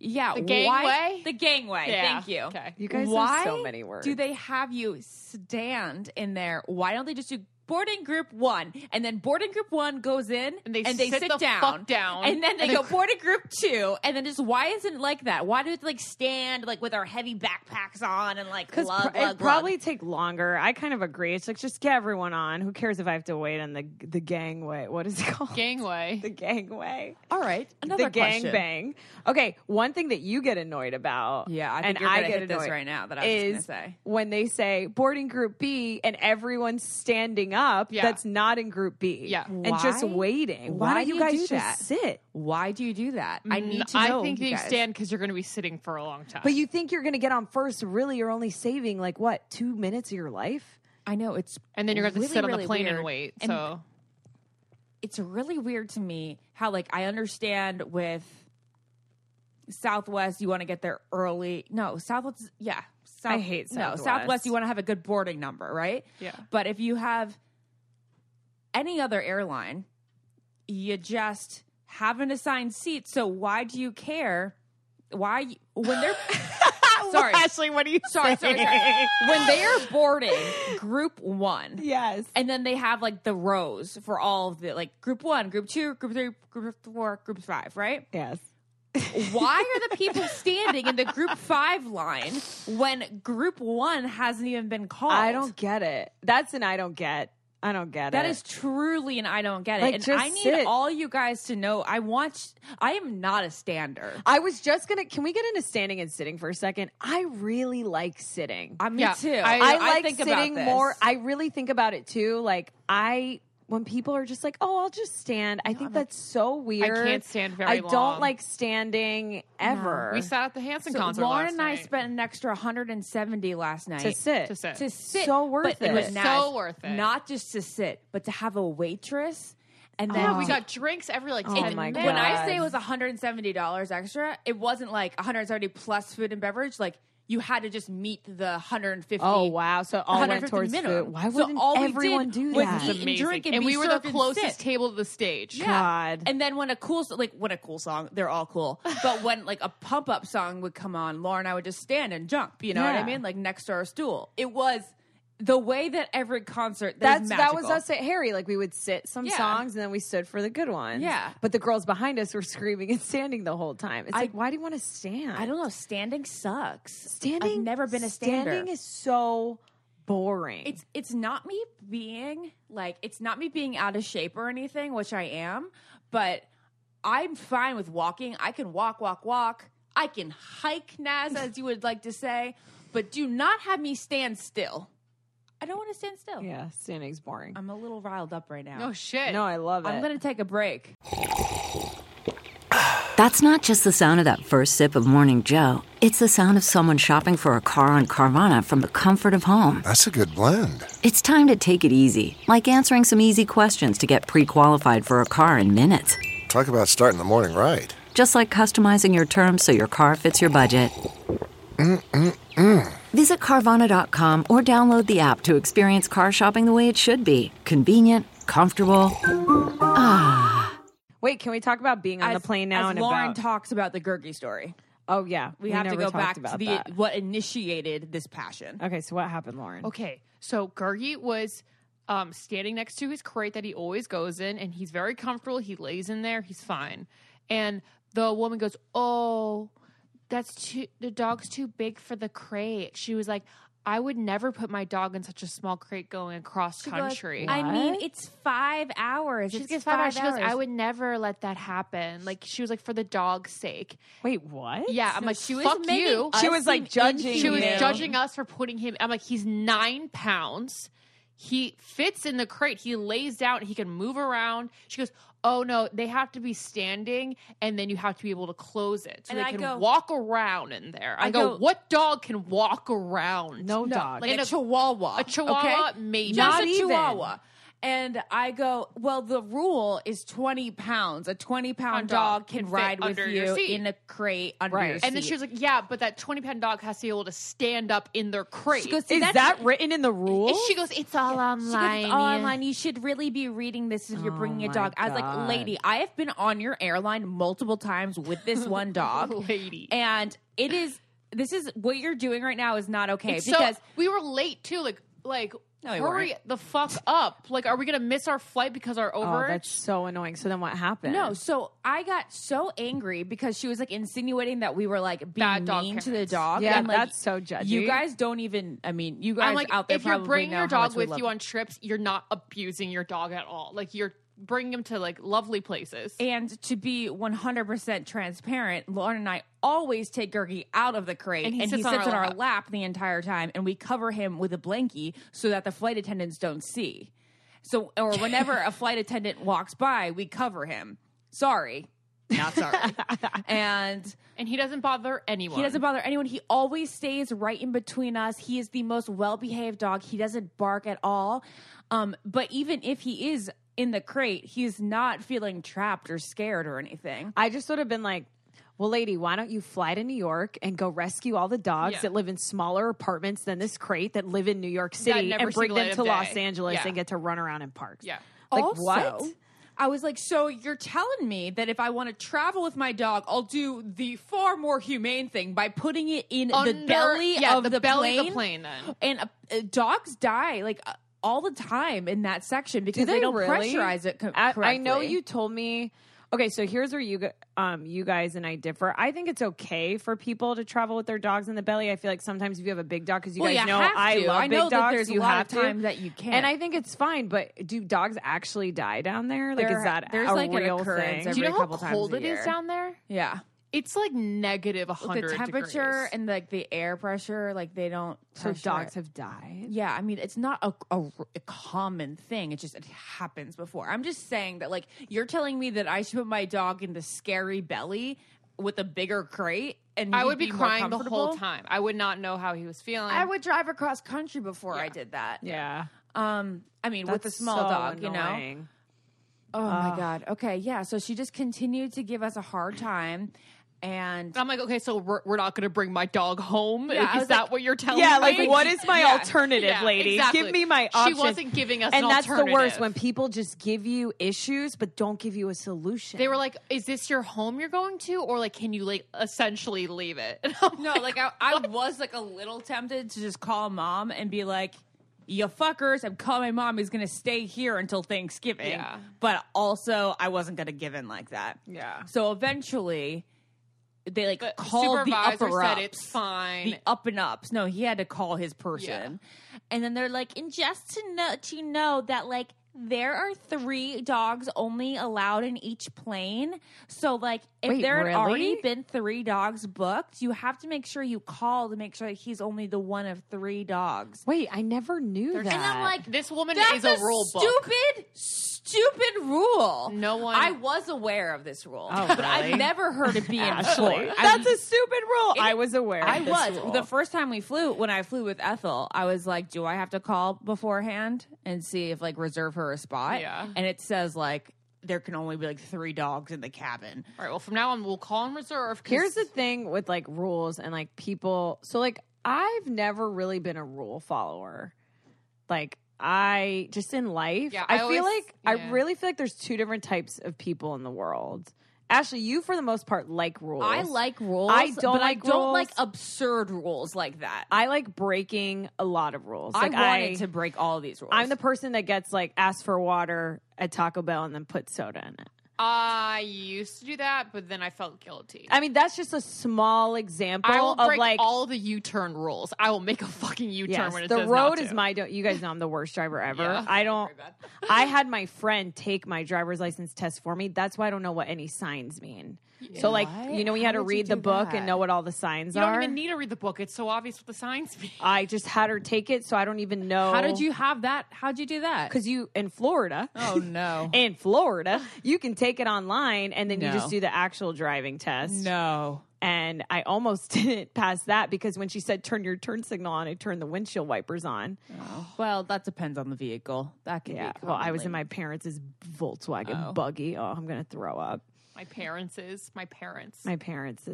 Speaker 3: yeah,
Speaker 5: The
Speaker 3: Why,
Speaker 5: gangway?
Speaker 3: the gangway.
Speaker 5: Yeah.
Speaker 3: Thank you.
Speaker 5: Okay.
Speaker 4: You guys
Speaker 3: why
Speaker 4: have so many words.
Speaker 3: Do they have you stand in there? Why don't they just do boarding group one, and then boarding group one goes in
Speaker 5: And they sit
Speaker 3: sit
Speaker 5: the
Speaker 3: down,
Speaker 5: fuck down.
Speaker 3: and then they
Speaker 5: And
Speaker 3: go
Speaker 5: they-
Speaker 3: boarding group two, and then just why isn't it like that? Why do we have to, like stand like with our heavy backpacks on and like
Speaker 4: Because
Speaker 3: lug, lug,
Speaker 4: pr- it
Speaker 3: lug?
Speaker 4: probably take longer. I kind of agree. It's like just get everyone on. Who cares if I have to wait on the the gangway? What is it called?
Speaker 5: Gangway.
Speaker 4: the gangway.
Speaker 3: all right. Another
Speaker 4: the gang
Speaker 3: question.
Speaker 4: bang. Okay, one thing that you get annoyed about.
Speaker 3: Yeah, I think
Speaker 4: and
Speaker 3: you're
Speaker 4: I
Speaker 3: gonna
Speaker 4: get
Speaker 3: hit this
Speaker 4: annoyed
Speaker 3: right now that I was just gonna
Speaker 4: is
Speaker 3: say.
Speaker 4: when they say boarding group B and everyone's standing up.
Speaker 5: Yeah.
Speaker 4: that's not in group B.
Speaker 5: Yeah.
Speaker 4: and just
Speaker 3: Why?
Speaker 4: waiting. Why,
Speaker 3: Why
Speaker 4: don't
Speaker 3: do
Speaker 4: you
Speaker 3: you
Speaker 4: guys
Speaker 3: do
Speaker 4: just
Speaker 3: that?
Speaker 4: sit?
Speaker 3: Why do you do that? I need to know.
Speaker 5: Mm, I think
Speaker 3: you
Speaker 5: you
Speaker 3: guys.
Speaker 5: stand because you're going to be sitting for a long time.
Speaker 4: But you think you're going to get on first. Really, you're only saving like what two minutes of your life.
Speaker 3: I know it's
Speaker 5: and then you're going to
Speaker 3: really,
Speaker 5: sit on
Speaker 3: really
Speaker 5: the plane
Speaker 3: weird.
Speaker 5: and wait.
Speaker 3: And
Speaker 5: so
Speaker 3: it's really weird to me how like I understand with Southwest you want to get there early. No, Southwest yeah. South,
Speaker 4: I hate
Speaker 3: No,
Speaker 4: Southwest.
Speaker 3: Southwest you want to have a good boarding number, right?
Speaker 5: Yeah.
Speaker 3: But if you have any other airline, you just have an assigned seat. So why do you care? Why when they're sorry,
Speaker 4: Ashley, what are you
Speaker 3: sorry, sorry, sorry. when they are boarding group one,
Speaker 4: Yes.
Speaker 3: and then they have like the rows for all of the like group one, group two, group three, group four, group five, right?
Speaker 4: Yes.
Speaker 3: Why are the people standing in the group five line when group one hasn't even been called?
Speaker 4: I don't get it. That's an I don't get. I don't get
Speaker 3: That
Speaker 4: it.
Speaker 3: is truly an I don't get it.
Speaker 4: Like,
Speaker 3: and
Speaker 4: just
Speaker 3: I need
Speaker 4: sit.
Speaker 3: all you guys to know I want, I am not a stander.
Speaker 4: I was just gonna. Can we get into standing and sitting for a second? I really like sitting.
Speaker 3: I, Uh, me
Speaker 5: Yeah,
Speaker 3: too.
Speaker 5: I-
Speaker 4: I
Speaker 5: I
Speaker 4: like
Speaker 3: think about
Speaker 4: sitting
Speaker 3: this.
Speaker 4: more. I really think about it too. Like I, when people are just like, "Oh, I'll just stand," I think that's so weird.
Speaker 5: can't stand very
Speaker 4: I don't
Speaker 5: long.
Speaker 4: like standing ever.
Speaker 5: we sat at the Hanson
Speaker 3: so
Speaker 5: concert.
Speaker 3: Lauren
Speaker 5: last
Speaker 3: and I
Speaker 5: night.
Speaker 3: spent an extra 170 last night
Speaker 4: to sit.
Speaker 5: to sit.
Speaker 3: to sit.
Speaker 4: So worth
Speaker 3: but
Speaker 4: it.
Speaker 3: was
Speaker 4: It was
Speaker 3: nice.
Speaker 5: so worth it.
Speaker 3: Not just to sit, but to have a waitress. And then
Speaker 5: Oh, yeah, we
Speaker 3: to-
Speaker 5: got drinks every like.
Speaker 4: Oh
Speaker 5: 10
Speaker 4: my
Speaker 5: minutes.
Speaker 3: When I
Speaker 4: God.
Speaker 3: say it was $170 extra, it wasn't like 170 plus food and beverage. Like you had to just meet the 150.
Speaker 4: Oh wow! So all went
Speaker 3: 150
Speaker 4: towards
Speaker 3: minimum.
Speaker 4: food. Why
Speaker 3: So
Speaker 4: wouldn't
Speaker 3: all we
Speaker 4: everyone
Speaker 3: did
Speaker 4: do
Speaker 3: was
Speaker 4: that?
Speaker 3: eat and
Speaker 5: Amazing.
Speaker 3: drink and be
Speaker 5: we were the
Speaker 3: served and
Speaker 5: closest
Speaker 3: sit.
Speaker 5: table to the stage.
Speaker 3: Yeah.
Speaker 4: God.
Speaker 3: And then when a cool, so- like when a cool song, they're all cool. But when like a pump up song would come on, Lauren and I would just stand and jump. You know what
Speaker 4: Yeah.
Speaker 3: I mean? Like next to our stool. It was the way that every concert. That
Speaker 4: That's
Speaker 3: is
Speaker 4: that was
Speaker 3: magical.
Speaker 4: us at Harry. Like we would sit some
Speaker 3: Yeah.
Speaker 4: songs and then we stood for the good ones.
Speaker 3: Yeah.
Speaker 4: But the girls behind us were screaming and standing the whole time. It's
Speaker 3: I-
Speaker 4: like, why do you want to stand?
Speaker 3: I don't know. Standing sucks.
Speaker 4: Standing.
Speaker 3: I've never been a stander.
Speaker 4: Standing is so boring.
Speaker 3: it's it's not me being like it's not me being out of shape or anything, which I am, but I'm fine with walking. I can walk, walk, walk. I can hike, Naz, as you would like to say, but do not have me stand still. I don't want to stand still.
Speaker 4: yeah, standing's boring.
Speaker 3: I'm a little riled up right now.
Speaker 5: Oh shit.
Speaker 4: no, I love it.
Speaker 3: I'm gonna take a break.
Speaker 7: That's not just the sound of that first sip of Morning Joe. It's the sound of someone shopping for a car on Carvana from the comfort of home.
Speaker 2: That's a good blend.
Speaker 7: It's time to take it easy, like answering some easy questions to get pre qualified for a car in minutes.
Speaker 2: Talk about starting the morning right.
Speaker 7: Just like customizing your terms so your car fits your budget. Visit Carvana.com or download the app to experience car shopping the way it should be convenient, comfortable.
Speaker 4: Wait, can we talk about being on
Speaker 3: As-
Speaker 4: the plane now
Speaker 3: as
Speaker 4: and
Speaker 3: Lauren
Speaker 4: about?
Speaker 3: talks about the Gurgi story.
Speaker 4: oh yeah,
Speaker 3: We, have to
Speaker 4: never
Speaker 3: go
Speaker 4: talked
Speaker 3: back to
Speaker 4: about
Speaker 3: the
Speaker 4: that.
Speaker 3: what initiated this passion.
Speaker 4: Okay, so what happened, Lauren?
Speaker 5: Okay, so Gergi was um, standing next to his crate that he always goes in, and he's very comfortable. He lays in there, he's fine. And the woman goes, "Oh, that's too. The dog's too big for the crate." She was like, "I would never put my dog in such a small crate going across
Speaker 3: She goes,
Speaker 5: country."
Speaker 3: I mean, it's five hours.
Speaker 5: She
Speaker 3: It's
Speaker 5: gets five hours. She goes, "I would never let that happen." Like she was like, "For the dog's sake."
Speaker 4: Wait, what?
Speaker 5: Yeah, I'm
Speaker 3: No,
Speaker 5: like,
Speaker 3: she
Speaker 5: she
Speaker 3: was
Speaker 5: was "Fuck
Speaker 3: making
Speaker 5: you."
Speaker 3: us
Speaker 4: She was like
Speaker 3: seem
Speaker 4: judging.
Speaker 5: She was
Speaker 4: you.
Speaker 5: judging us for putting him. I'm like, he's nine pounds. He fits in the crate. He lays down. He can move around. She goes, "Oh no, they have to be standing, and then you have to be able to close it so
Speaker 3: And
Speaker 5: they
Speaker 3: I
Speaker 5: can
Speaker 3: go-
Speaker 5: walk around in there." I,
Speaker 3: I
Speaker 5: go,
Speaker 3: go-
Speaker 5: "What dog can walk around?
Speaker 4: No dog.
Speaker 5: like
Speaker 3: like
Speaker 5: in
Speaker 3: a,
Speaker 5: a-
Speaker 3: chihuahua.
Speaker 5: a chihuahua, maybe.
Speaker 3: Just
Speaker 5: Not
Speaker 3: a
Speaker 4: even.
Speaker 3: chihuahua. And I go, well, the rule is 20 pounds. A 20 pound
Speaker 5: Pound
Speaker 3: dog
Speaker 5: dog
Speaker 3: can
Speaker 5: can fit
Speaker 3: ride with
Speaker 5: under your
Speaker 3: you
Speaker 5: seat.
Speaker 3: in a crate under
Speaker 4: Right.
Speaker 3: your
Speaker 5: And then she was like, "Yeah, but that 20 pound dog has to be able to stand up in their crate."
Speaker 3: she goes,
Speaker 4: Is
Speaker 3: "That's-
Speaker 4: that written in the
Speaker 5: and
Speaker 4: rules?
Speaker 5: she goes, "It's all
Speaker 3: she goes,
Speaker 5: online.
Speaker 3: "It's all online. You should really be reading this if you're
Speaker 4: Oh
Speaker 3: bringing a
Speaker 4: my
Speaker 3: dog. I was like,
Speaker 4: God.
Speaker 3: lady, I have been on your airline multiple times with this one dog.
Speaker 5: Lady.
Speaker 3: And it is, this is what you're doing right now is not okay.
Speaker 5: It's so-
Speaker 3: because
Speaker 5: we were late too. Like Like,
Speaker 3: No, you
Speaker 5: hurry the fuck up. Like, are we going to miss our flight because our overage?
Speaker 4: Oh, that's so annoying. So then what happened?
Speaker 3: No, so I got so angry because she was like insinuating that we were like being
Speaker 5: Bad dog
Speaker 3: mean to the
Speaker 5: parents.
Speaker 3: dog.
Speaker 4: Yeah,
Speaker 3: and, like,
Speaker 4: that's so judgy.
Speaker 3: You guys don't even. I mean, you guys
Speaker 5: I'm like,
Speaker 3: out there
Speaker 5: if you're
Speaker 3: probably
Speaker 5: bringing
Speaker 3: know
Speaker 5: your
Speaker 3: how much
Speaker 5: dog
Speaker 3: we
Speaker 5: with
Speaker 3: love
Speaker 5: you on trips, you're not abusing your dog at all. Like, you're bringing him to like lovely places.
Speaker 3: And to be 100% transparent, Lauren and I always take Gurgi out of the crate
Speaker 5: And
Speaker 3: and
Speaker 5: he
Speaker 3: he
Speaker 5: sits
Speaker 3: sits,
Speaker 5: on our
Speaker 3: on our
Speaker 5: lap.
Speaker 3: lap the entire time and we cover him with a blankie so that the flight attendants don't see. So, or whenever a flight attendant walks by, we cover him. Sorry.
Speaker 5: Not sorry.
Speaker 3: And
Speaker 5: and he doesn't bother anyone.
Speaker 3: he doesn't bother anyone. He always stays right in between us. He is the most well behaved dog. He doesn't bark at all. Um, but even if he is in the crate, he's not feeling trapped or scared or anything.
Speaker 4: I just would have been like, well, lady, why don't you fly to New York and go rescue all the dogs
Speaker 5: Yeah.
Speaker 4: that live in smaller apartments than this crate that live in New York City
Speaker 5: never
Speaker 4: and
Speaker 5: see
Speaker 4: bring
Speaker 5: the
Speaker 4: them
Speaker 5: light
Speaker 4: to
Speaker 5: of
Speaker 4: Los
Speaker 5: day."
Speaker 4: Angeles
Speaker 5: Yeah.
Speaker 4: and get to run around in parks?
Speaker 5: Yeah.
Speaker 4: Like,
Speaker 3: Also,
Speaker 4: what?
Speaker 3: I was like, so you're telling me that if I want to travel with my dog, I'll do the far more humane thing by putting it in the
Speaker 5: Under-
Speaker 3: belly
Speaker 5: yeah,
Speaker 3: of
Speaker 5: the
Speaker 3: the,
Speaker 5: belly
Speaker 3: plane.
Speaker 5: of the plane, then.
Speaker 3: and uh, uh, dogs die like uh, all the time in that section because they, don't
Speaker 4: really?
Speaker 3: pressurize it co-
Speaker 4: I,
Speaker 3: correctly.
Speaker 4: I know you told me. Okay, so here's where you gu- um you guys and I differ. I think it's okay for people to travel with their dogs in the belly. I feel like sometimes if you have a big dog, because you
Speaker 3: Well,
Speaker 4: guys
Speaker 3: you
Speaker 4: know
Speaker 3: have
Speaker 4: I
Speaker 3: to.
Speaker 4: love
Speaker 3: I know
Speaker 4: big
Speaker 3: that
Speaker 4: dogs,
Speaker 3: there's a
Speaker 4: you
Speaker 3: lot of
Speaker 4: have to.
Speaker 3: times that you can't.
Speaker 4: And I think it's fine, but do dogs actually die down there? Like,
Speaker 3: There-
Speaker 4: is that
Speaker 3: there's
Speaker 4: a
Speaker 3: like an
Speaker 4: real
Speaker 3: occurrence
Speaker 4: thing?
Speaker 3: every
Speaker 5: Do you know how
Speaker 3: couple times
Speaker 5: cold
Speaker 3: a
Speaker 5: it is
Speaker 3: year.
Speaker 5: down there?
Speaker 3: yeah.
Speaker 5: It's like negative 100
Speaker 3: The temperature
Speaker 5: degrees.
Speaker 3: and like the air pressure, like they don't.
Speaker 4: so
Speaker 3: pressure
Speaker 4: dogs
Speaker 3: it.
Speaker 4: have died.
Speaker 3: Yeah, I mean, it's not a, a- a common thing. It just it happens before. I'm just saying that, like, you're telling me that I should put my dog in the scary belly with a bigger crate, and
Speaker 5: I
Speaker 3: you'd
Speaker 5: would be,
Speaker 3: more
Speaker 5: crying the whole
Speaker 3: comfortable?
Speaker 5: time. I would not know how he was feeling.
Speaker 3: I would drive across country before I did that.
Speaker 4: Yeah,
Speaker 3: Um, I mean, with a small dog, you know. Oh my god. Okay, yeah. So she just continued to give us a hard time, and
Speaker 5: I'm like, okay, so we're, we're not going to bring my dog home.
Speaker 3: Yeah, I
Speaker 5: is
Speaker 3: was
Speaker 5: that
Speaker 3: like-
Speaker 5: what you're telling
Speaker 4: Yeah,
Speaker 5: me?
Speaker 4: like what is my
Speaker 5: Yeah.
Speaker 4: alternative,
Speaker 5: Yeah,
Speaker 4: lady?
Speaker 5: exactly.
Speaker 4: Give me my
Speaker 5: She
Speaker 4: option.
Speaker 5: wasn't giving us
Speaker 4: and
Speaker 5: an
Speaker 4: that's the worst
Speaker 5: alternative.
Speaker 4: when people just give you issues but don't give you a solution.
Speaker 5: they were like, "Is this your home you're going to, or like can you like essentially leave it?" And I'm
Speaker 3: No, like I, I was like a little tempted to just call mom and be like, "You fuckers!" I'm calling my mom. Who's gonna stay here until Thanksgiving.
Speaker 5: Yeah.
Speaker 3: But also, I wasn't gonna give in like that.
Speaker 4: Yeah.
Speaker 3: So eventually, they like
Speaker 5: the
Speaker 3: called the
Speaker 5: supervisor
Speaker 3: upper
Speaker 5: said
Speaker 3: ups.
Speaker 5: it's fine.
Speaker 3: The up and ups. No, he had to call his person, and then they're like, and just to know, to know that like there are three dogs only allowed in each plane. So like, if
Speaker 4: Wait,
Speaker 3: there had
Speaker 4: really?
Speaker 3: already been three dogs booked, you have to make sure you call to make sure that he's only the one of three dogs.
Speaker 4: Wait, I never knew that.
Speaker 3: And I'm like,
Speaker 5: this woman
Speaker 3: that's
Speaker 5: is a rule book.
Speaker 3: stupid, stupid rule.
Speaker 5: No one-
Speaker 3: I was aware of this rule,
Speaker 4: Oh,
Speaker 3: but
Speaker 4: really?
Speaker 3: I've never heard it being enforced.
Speaker 4: that's a stupid rule. I was aware.
Speaker 3: I
Speaker 4: of this
Speaker 3: was
Speaker 4: rule.
Speaker 3: the first time we flew. When I flew with Ethel, I was like, "Do I have to call beforehand and see if like reserve her a spot?"
Speaker 5: Yeah.
Speaker 3: and it says like there can only be like three dogs in the cabin.
Speaker 5: All right, well, from now on, we'll call and reserve. 'cause-
Speaker 4: Here's the thing with like rules and like people. So like I've never really been a rule follower. Like I just in life,
Speaker 5: Yeah,
Speaker 4: I,
Speaker 5: I
Speaker 4: feel
Speaker 5: always-
Speaker 4: like I
Speaker 5: yeah.
Speaker 4: really feel like there's two different types of people in the world. Ashley, you for the most part like rules.
Speaker 3: I like rules.
Speaker 4: I don't
Speaker 3: but
Speaker 4: like
Speaker 3: I don't
Speaker 4: rules.
Speaker 3: like absurd rules like that.
Speaker 4: I like breaking a lot of rules. Like
Speaker 3: I wanted to break all these rules.
Speaker 4: I'm the person that gets like asked for water at Taco Bell and then put soda in it.
Speaker 5: I used to do that, but then I felt guilty.
Speaker 4: I mean, that's just a small example
Speaker 5: I will
Speaker 4: of
Speaker 5: break
Speaker 4: like
Speaker 5: all the U-turn rules. I will make a fucking U-turn
Speaker 4: Yes,
Speaker 5: when it
Speaker 4: the
Speaker 5: says not
Speaker 4: road
Speaker 5: to.
Speaker 4: is my. Don't, you guys know I'm the worst driver ever.
Speaker 5: Yeah.
Speaker 4: I don't. I had my friend take my driver's license test for me. That's why I don't know what any signs mean. So like you know, you had to read the book and know what all the signs
Speaker 5: You
Speaker 4: are.
Speaker 5: don't even need to read the book. It's so obvious what the signs mean.
Speaker 4: I just had her take it, so I don't even know.
Speaker 3: How did you have that? How'd you do that?
Speaker 4: Because you in Florida.
Speaker 3: oh no,
Speaker 4: In Florida, you can take it online and then you
Speaker 3: No.
Speaker 4: just do the actual driving test.
Speaker 3: no.
Speaker 4: And I almost didn't pass that because when she said turn your turn signal on, I turned the windshield wipers on.
Speaker 3: Well, that depends on the vehicle. That can
Speaker 4: Yeah.
Speaker 3: be. a
Speaker 4: Well, I
Speaker 3: common
Speaker 4: was in
Speaker 3: link.
Speaker 4: my parents' Volkswagen buggy. Oh, I'm gonna throw up.
Speaker 5: My parents is my parents. My,
Speaker 4: My parents'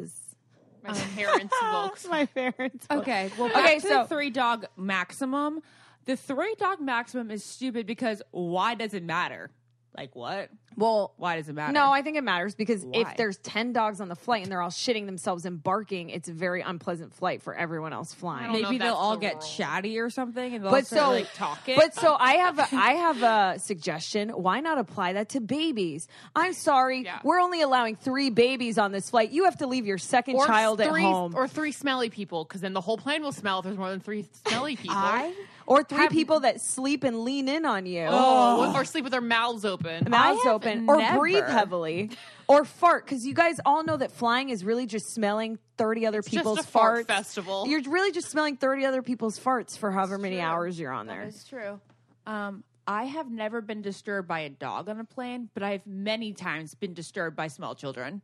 Speaker 5: parents books.
Speaker 4: Um, my parents.
Speaker 3: Okay. Well, back
Speaker 4: Okay,
Speaker 3: to
Speaker 4: so-
Speaker 3: the three dog maximum. The three dog maximum is stupid because why does it matter? Like what?
Speaker 4: Well,
Speaker 3: Why does it matter?
Speaker 4: No, I think it matters because
Speaker 3: Why?
Speaker 4: if there's 10 dogs on the flight and they're all shitting themselves and barking, it's a very unpleasant flight for everyone else flying.
Speaker 5: I don't know
Speaker 3: maybe
Speaker 5: if
Speaker 3: they'll
Speaker 5: that's
Speaker 3: all
Speaker 5: the
Speaker 3: get
Speaker 5: rule.
Speaker 3: chatty or something, and they'll
Speaker 4: But
Speaker 3: start
Speaker 4: so,
Speaker 3: like talking.
Speaker 4: but so I have a, I have a suggestion. Why not apply that to babies? I'm sorry,
Speaker 5: Yeah.
Speaker 4: we're only allowing three babies on this flight. You have to leave your second child
Speaker 5: three,
Speaker 4: at home,
Speaker 5: or three smelly people, because then the whole plane will smell if there's more than three smelly people.
Speaker 4: I- or three people that sleep and lean in on you.
Speaker 5: Oh, or sleep with their mouths open.
Speaker 4: mouths
Speaker 3: have
Speaker 4: open or breathe
Speaker 3: never-
Speaker 4: heavily or fart because you guys all know that flying is really just smelling 30 other
Speaker 5: just
Speaker 4: people's
Speaker 5: a fart
Speaker 4: farts.
Speaker 5: festival.
Speaker 4: You're really just smelling 30 other people's farts for however many hours you're on there.
Speaker 3: It's true. Um, I have never been disturbed by a dog on a plane, but I've many times been disturbed by small children.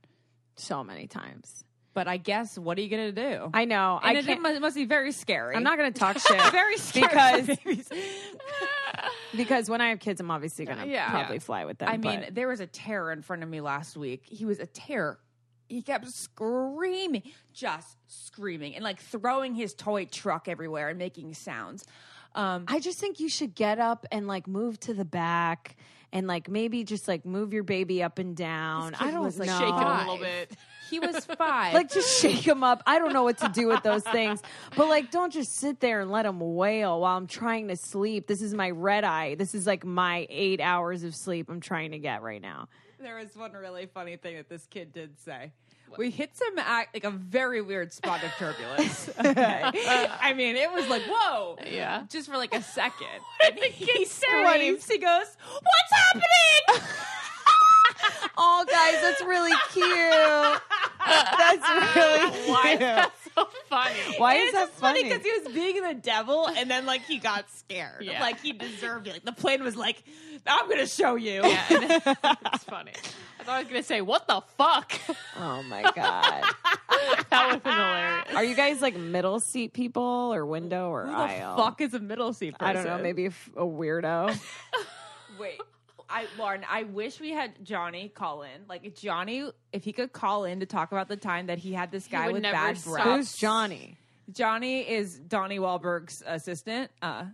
Speaker 4: So many times.
Speaker 3: But I guess what are you gonna do?
Speaker 4: I know.
Speaker 3: And
Speaker 4: I
Speaker 3: it
Speaker 4: can't.
Speaker 3: must, must be very scary.
Speaker 4: I'm not going to talk shit
Speaker 3: very scary
Speaker 4: Because-
Speaker 3: for babies.
Speaker 4: because when I have kids, I'm obviously going to
Speaker 5: Yeah.
Speaker 4: probably fly with them.
Speaker 3: I mean,
Speaker 4: but-
Speaker 3: there was a terror in front of me last week. He was a terror. He kept screaming, just screaming, and like throwing his toy truck everywhere and making sounds. Um,
Speaker 4: I just think you should get up and like move to the back and like maybe just like move your baby up and down. I
Speaker 3: kid
Speaker 4: don't
Speaker 3: was, like,
Speaker 4: know.
Speaker 5: Shake it a little
Speaker 3: Five.
Speaker 5: bit.
Speaker 3: he was five.
Speaker 4: like just shake them up. I don't know what to do with those things, but like don't just sit there and let them wail while I'm trying to sleep. This is my red eye. This is like my eight hours of sleep I'm trying to get right now.
Speaker 3: There was one really funny thing that this kid did say. We hit some act, like a very weird spot of turbulence. Okay. I mean, it was like whoa,
Speaker 5: Yeah.
Speaker 3: just for like a second. and he screams. He goes, "What's happening?"
Speaker 4: Oh, guys, that's really cute. That's really
Speaker 5: Why is that so funny?
Speaker 4: why
Speaker 3: And
Speaker 4: is
Speaker 3: it's
Speaker 4: that
Speaker 3: just funny
Speaker 4: funny?
Speaker 3: because he was being the devil, and then like he got scared.
Speaker 5: Yeah.
Speaker 3: Like he deserved it. Like the plane was like, "I'm gonna show you."
Speaker 5: Yeah, it's funny. I thought I was gonna say, "What the fuck?"
Speaker 4: oh my god,
Speaker 5: That would have been hilarious.
Speaker 4: are you guys like middle seat people or window or
Speaker 3: Who the
Speaker 4: aisle?
Speaker 3: fuck is a middle seat person?
Speaker 4: I don't know. Maybe a, f- a weirdo.
Speaker 3: Wait, I Lauren, I wish we had Johnny call in. Like if Johnny, if he could call in to talk about the time that he had this guy
Speaker 5: would
Speaker 3: with
Speaker 5: never
Speaker 3: bad
Speaker 5: stop.
Speaker 3: breath.
Speaker 4: Who's Johnny?
Speaker 3: Johnny is Donnie Wahlberg's assistant. Uh,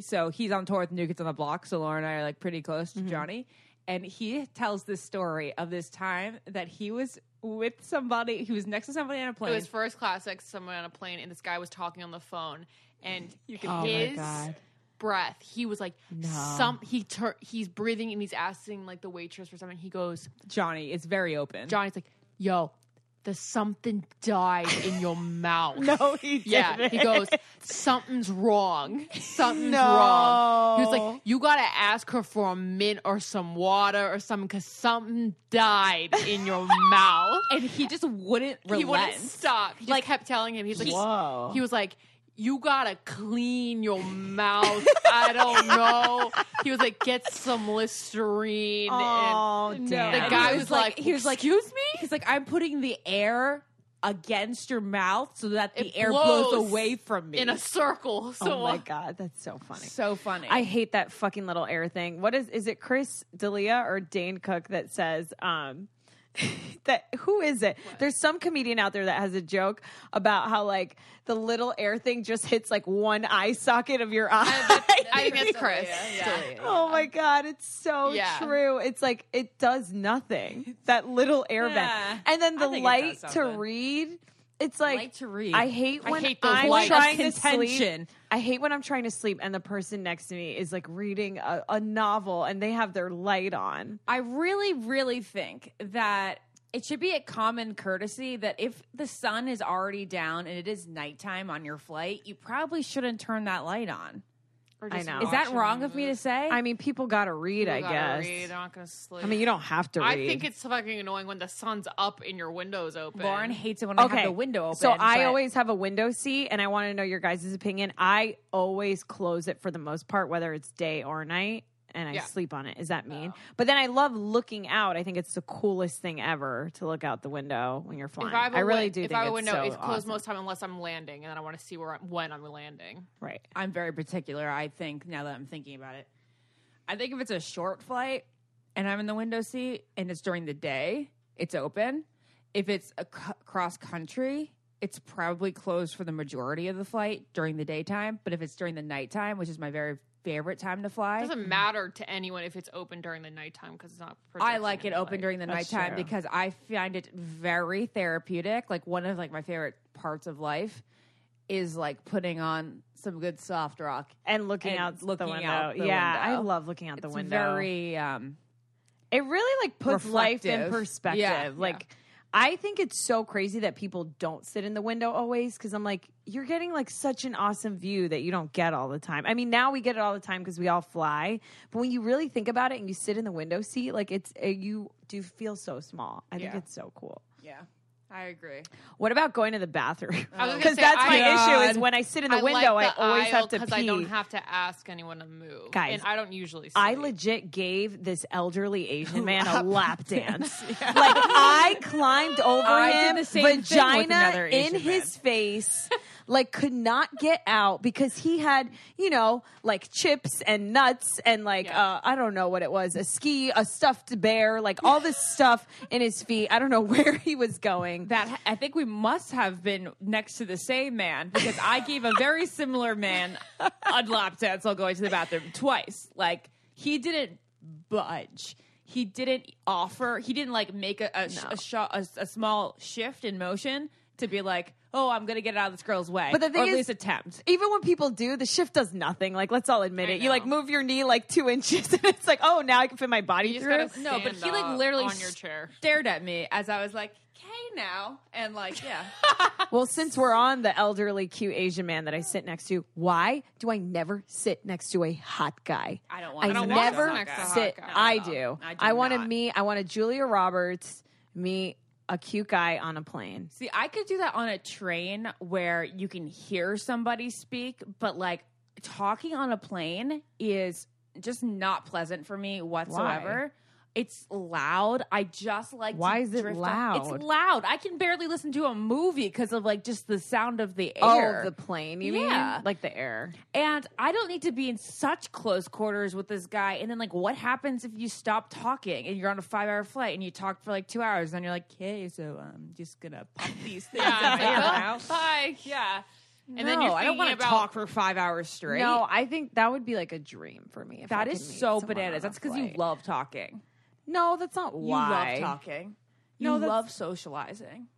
Speaker 3: so he's on tour with New Kids on the Block. So Lauren and I are like pretty close
Speaker 5: Mm-hmm.
Speaker 3: to Johnny, and he tells this story of this time that he was with somebody. He was next to somebody on a
Speaker 5: It
Speaker 3: plane.
Speaker 5: was first class, like someone on a plane, and this guy was talking on the phone, and
Speaker 4: Oh my
Speaker 5: his
Speaker 4: God.
Speaker 5: breath, he was like, some he tur- he's breathing and he's asking like the waitress for something. He goes,
Speaker 3: Johnny is very open.
Speaker 5: Johnny's like, "Yo, the something died in your mouth."
Speaker 4: No, he didn't.
Speaker 5: Yeah, he goes, something's wrong. Something's wrong. He was like, you got to ask her for a mint or some water or something because something died in your mouth.
Speaker 3: and he just wouldn't relent.
Speaker 5: He wouldn't stop. He just like, kept telling him, he's like,
Speaker 4: Whoa.
Speaker 5: he was like, you gotta clean your mouth. I don't know. He was like, get some Listerine.
Speaker 4: Oh,
Speaker 5: and
Speaker 4: damn.
Speaker 5: The
Speaker 3: And
Speaker 5: guy
Speaker 3: he
Speaker 5: was, like,
Speaker 3: he was like, excuse me. He's like, I'm putting the air against your mouth so that the
Speaker 5: It
Speaker 3: air blows,
Speaker 5: blows
Speaker 3: away from me.
Speaker 5: in a circle. So
Speaker 4: oh my god, that's so funny.
Speaker 3: so funny.
Speaker 4: I hate that fucking little air thing. What is is it Chris D'Elia or Dane Cook that says um that who is it? There's some comedian out there that has a joke about how like the little air thing just hits like one eye socket of your eye.
Speaker 5: I think that's Chris.
Speaker 4: oh my god, it's so
Speaker 5: Yeah.
Speaker 4: true. It's like it does nothing. That little air
Speaker 3: Yeah.
Speaker 4: vent. And then
Speaker 3: I
Speaker 4: the
Speaker 3: think it
Speaker 4: light
Speaker 3: does
Speaker 4: to
Speaker 3: something.
Speaker 4: read. It's like
Speaker 3: Light to read.
Speaker 4: I hate
Speaker 5: I
Speaker 4: when
Speaker 5: hate those
Speaker 4: I'm
Speaker 5: lights.
Speaker 4: trying to
Speaker 3: Of
Speaker 4: sleep.
Speaker 3: contention.
Speaker 4: I hate when I'm trying to sleep and the person next to me is like reading a, a novel and they have their light on.
Speaker 3: I really, really think that it should be a common courtesy that if the sun is already down and it is nighttime on your flight, you probably shouldn't turn that light on.
Speaker 4: I know.
Speaker 3: Is that wrong of me to say?
Speaker 4: I mean, people gotta read. I
Speaker 5: gotta
Speaker 4: guess.
Speaker 5: read. I'm not gonna sleep.
Speaker 4: I mean, you don't have to. read.
Speaker 5: I think it's fucking annoying when the sun's up and your windows open.
Speaker 3: Lauren hates it when I have the window open.
Speaker 4: So I
Speaker 3: but-
Speaker 4: always have a window seat, and I want to know your guys' opinion. I always close it for the most part, whether it's day or night, and I
Speaker 5: Yeah. Oh.
Speaker 4: sleep on it. Is that mean? But then I love looking out. I think it's the coolest thing ever to look out the window when you're flying.
Speaker 5: If I, have a
Speaker 4: really
Speaker 5: win-
Speaker 4: do.
Speaker 5: If
Speaker 4: think
Speaker 5: I have a
Speaker 4: it's
Speaker 5: window,
Speaker 4: so
Speaker 5: it's closed
Speaker 4: awesome.
Speaker 5: most time unless I'm landing, and then I want to see where I'm, when I'm landing.
Speaker 4: Right.
Speaker 3: I'm very particular, I think, now that I'm thinking about it. I think if it's a short flight and I'm in the window seat and it's during the day, it's open. If it's a c- cross country, it's probably closed for the majority of the flight during the daytime. But if it's during the nighttime, which is my very favorite time to
Speaker 5: It
Speaker 3: fly,
Speaker 5: doesn't matter to anyone if it's open during the nighttime because it's not.
Speaker 3: I
Speaker 5: protecting
Speaker 3: like it open
Speaker 5: anybody.
Speaker 3: during the
Speaker 4: That's
Speaker 3: nighttime
Speaker 4: true.
Speaker 3: because I find it very therapeutic. Like one of like my favorite parts of life is like putting on some good soft rock.
Speaker 4: and looking
Speaker 3: And
Speaker 4: out
Speaker 3: looking
Speaker 4: the window.
Speaker 3: out the
Speaker 4: yeah, I
Speaker 3: window.
Speaker 4: love looking out the
Speaker 3: it's
Speaker 4: window.
Speaker 3: very um
Speaker 4: it really like puts life in
Speaker 3: reflective.
Speaker 4: perspective.
Speaker 3: Yeah,
Speaker 4: like I think it's so crazy that people don't sit in the window always because I'm like, you're getting like such an awesome view that you don't get all the time. I mean, now we get it all the time because we all fly, but when you really think about it and you sit in the window seat, like it's uh, you do feel so small. I
Speaker 3: Yeah.
Speaker 4: think it's so cool.
Speaker 3: yeah. I agree.
Speaker 4: What about going to the bathroom?
Speaker 5: I was gonna
Speaker 4: Because
Speaker 5: say,
Speaker 4: that's
Speaker 5: I-
Speaker 4: my issue is
Speaker 3: God.
Speaker 4: when I sit in the
Speaker 5: I
Speaker 4: window,
Speaker 5: like
Speaker 4: I always have to pee.
Speaker 5: because I don't have to ask anyone to move,
Speaker 4: Guys,
Speaker 5: And I don't usually. Sleep.
Speaker 4: I legit gave this elderly Asian man a lap dance. Like I climbed over
Speaker 3: I did
Speaker 4: him,
Speaker 3: the same thing with
Speaker 4: vagina
Speaker 3: another
Speaker 4: in
Speaker 3: Asian
Speaker 4: his face, like could not get out because he had, you know, like chips and nuts and like
Speaker 5: Yeah.
Speaker 4: uh, I don't know what it was, a ski, a stuffed bear, like all this stuff in his feet. I don't know where he was going.
Speaker 3: That I think we must have been next to the same man because I gave a very similar man a lap dance while going to the bathroom twice. Like he didn't budge. He didn't offer. He didn't like make a a, sh- a, sh- a, a small shift in motion to be like, oh, I'm gonna get out of this girl's way.
Speaker 4: But the thing
Speaker 3: or at
Speaker 4: is-
Speaker 3: least attempt.
Speaker 4: even when people do, the shift does nothing. Like, let's all admit
Speaker 5: I
Speaker 4: it. You like
Speaker 5: know.
Speaker 4: move your knee like two inches, and it's like, oh, now I can fit my body
Speaker 5: just
Speaker 4: through.
Speaker 5: gotta
Speaker 3: No, but
Speaker 5: stand
Speaker 3: he like
Speaker 5: up
Speaker 3: literally
Speaker 5: on your chair.
Speaker 3: stared at me as I was like, "Okay, now," and like, yeah.
Speaker 4: Well, since we're on the elderly, cute Asian man that I sit next to, why do I never sit next to a hot guy?
Speaker 3: I don't want
Speaker 4: I
Speaker 3: to sit
Speaker 4: never
Speaker 5: next to a hot
Speaker 4: sit.
Speaker 5: guy.
Speaker 4: I
Speaker 5: No,
Speaker 4: do.
Speaker 3: I do
Speaker 4: I want to
Speaker 3: not.
Speaker 4: meet. I want a Julia Roberts meet a cute guy on a plane.
Speaker 3: See, I could do that on a train where you can hear somebody speak, but like talking on a plane is just not pleasant for me whatsoever. It's loud. I just like to
Speaker 4: Why is it
Speaker 3: drift off-
Speaker 4: loud?
Speaker 3: It's loud. I can barely listen to a movie because of like just the sound of the air.
Speaker 4: Oh, the plane. You
Speaker 3: Yeah.
Speaker 4: mean like the air?
Speaker 3: and I don't need to be in such close quarters with this guy. And then like, what happens if you stop talking and you're on a five hour flight and you talk for like two hours and you're like, hey, so I'm just gonna pop these things in my ear now.
Speaker 5: yeah, bye.
Speaker 3: Yeah. And
Speaker 5: then you're
Speaker 3: I don't
Speaker 5: thinking
Speaker 3: wanna
Speaker 5: about-
Speaker 3: talk for five hours straight.
Speaker 4: No, I think that would be like a dream for me. If
Speaker 3: that
Speaker 4: I
Speaker 3: is
Speaker 4: could meet
Speaker 3: so
Speaker 4: someone on
Speaker 3: bananas.
Speaker 4: a
Speaker 3: That's because you
Speaker 4: flight.
Speaker 3: love talking.
Speaker 4: No, that's not why.
Speaker 3: You love talking. You
Speaker 4: No, that's-
Speaker 3: love socializing.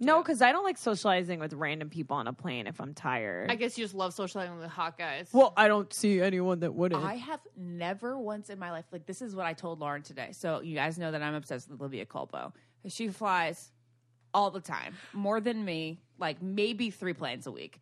Speaker 4: No, because I don't like socializing with random people on a plane if I'm tired.
Speaker 5: I guess you just love socializing with hot guys.
Speaker 4: well, I don't see anyone that wouldn't.
Speaker 3: I have never once in my life, like, this is what I told Lauren today. So, you guys know that I'm obsessed with Olivia Culpo. She flies all the time, more than me, like maybe three planes a week.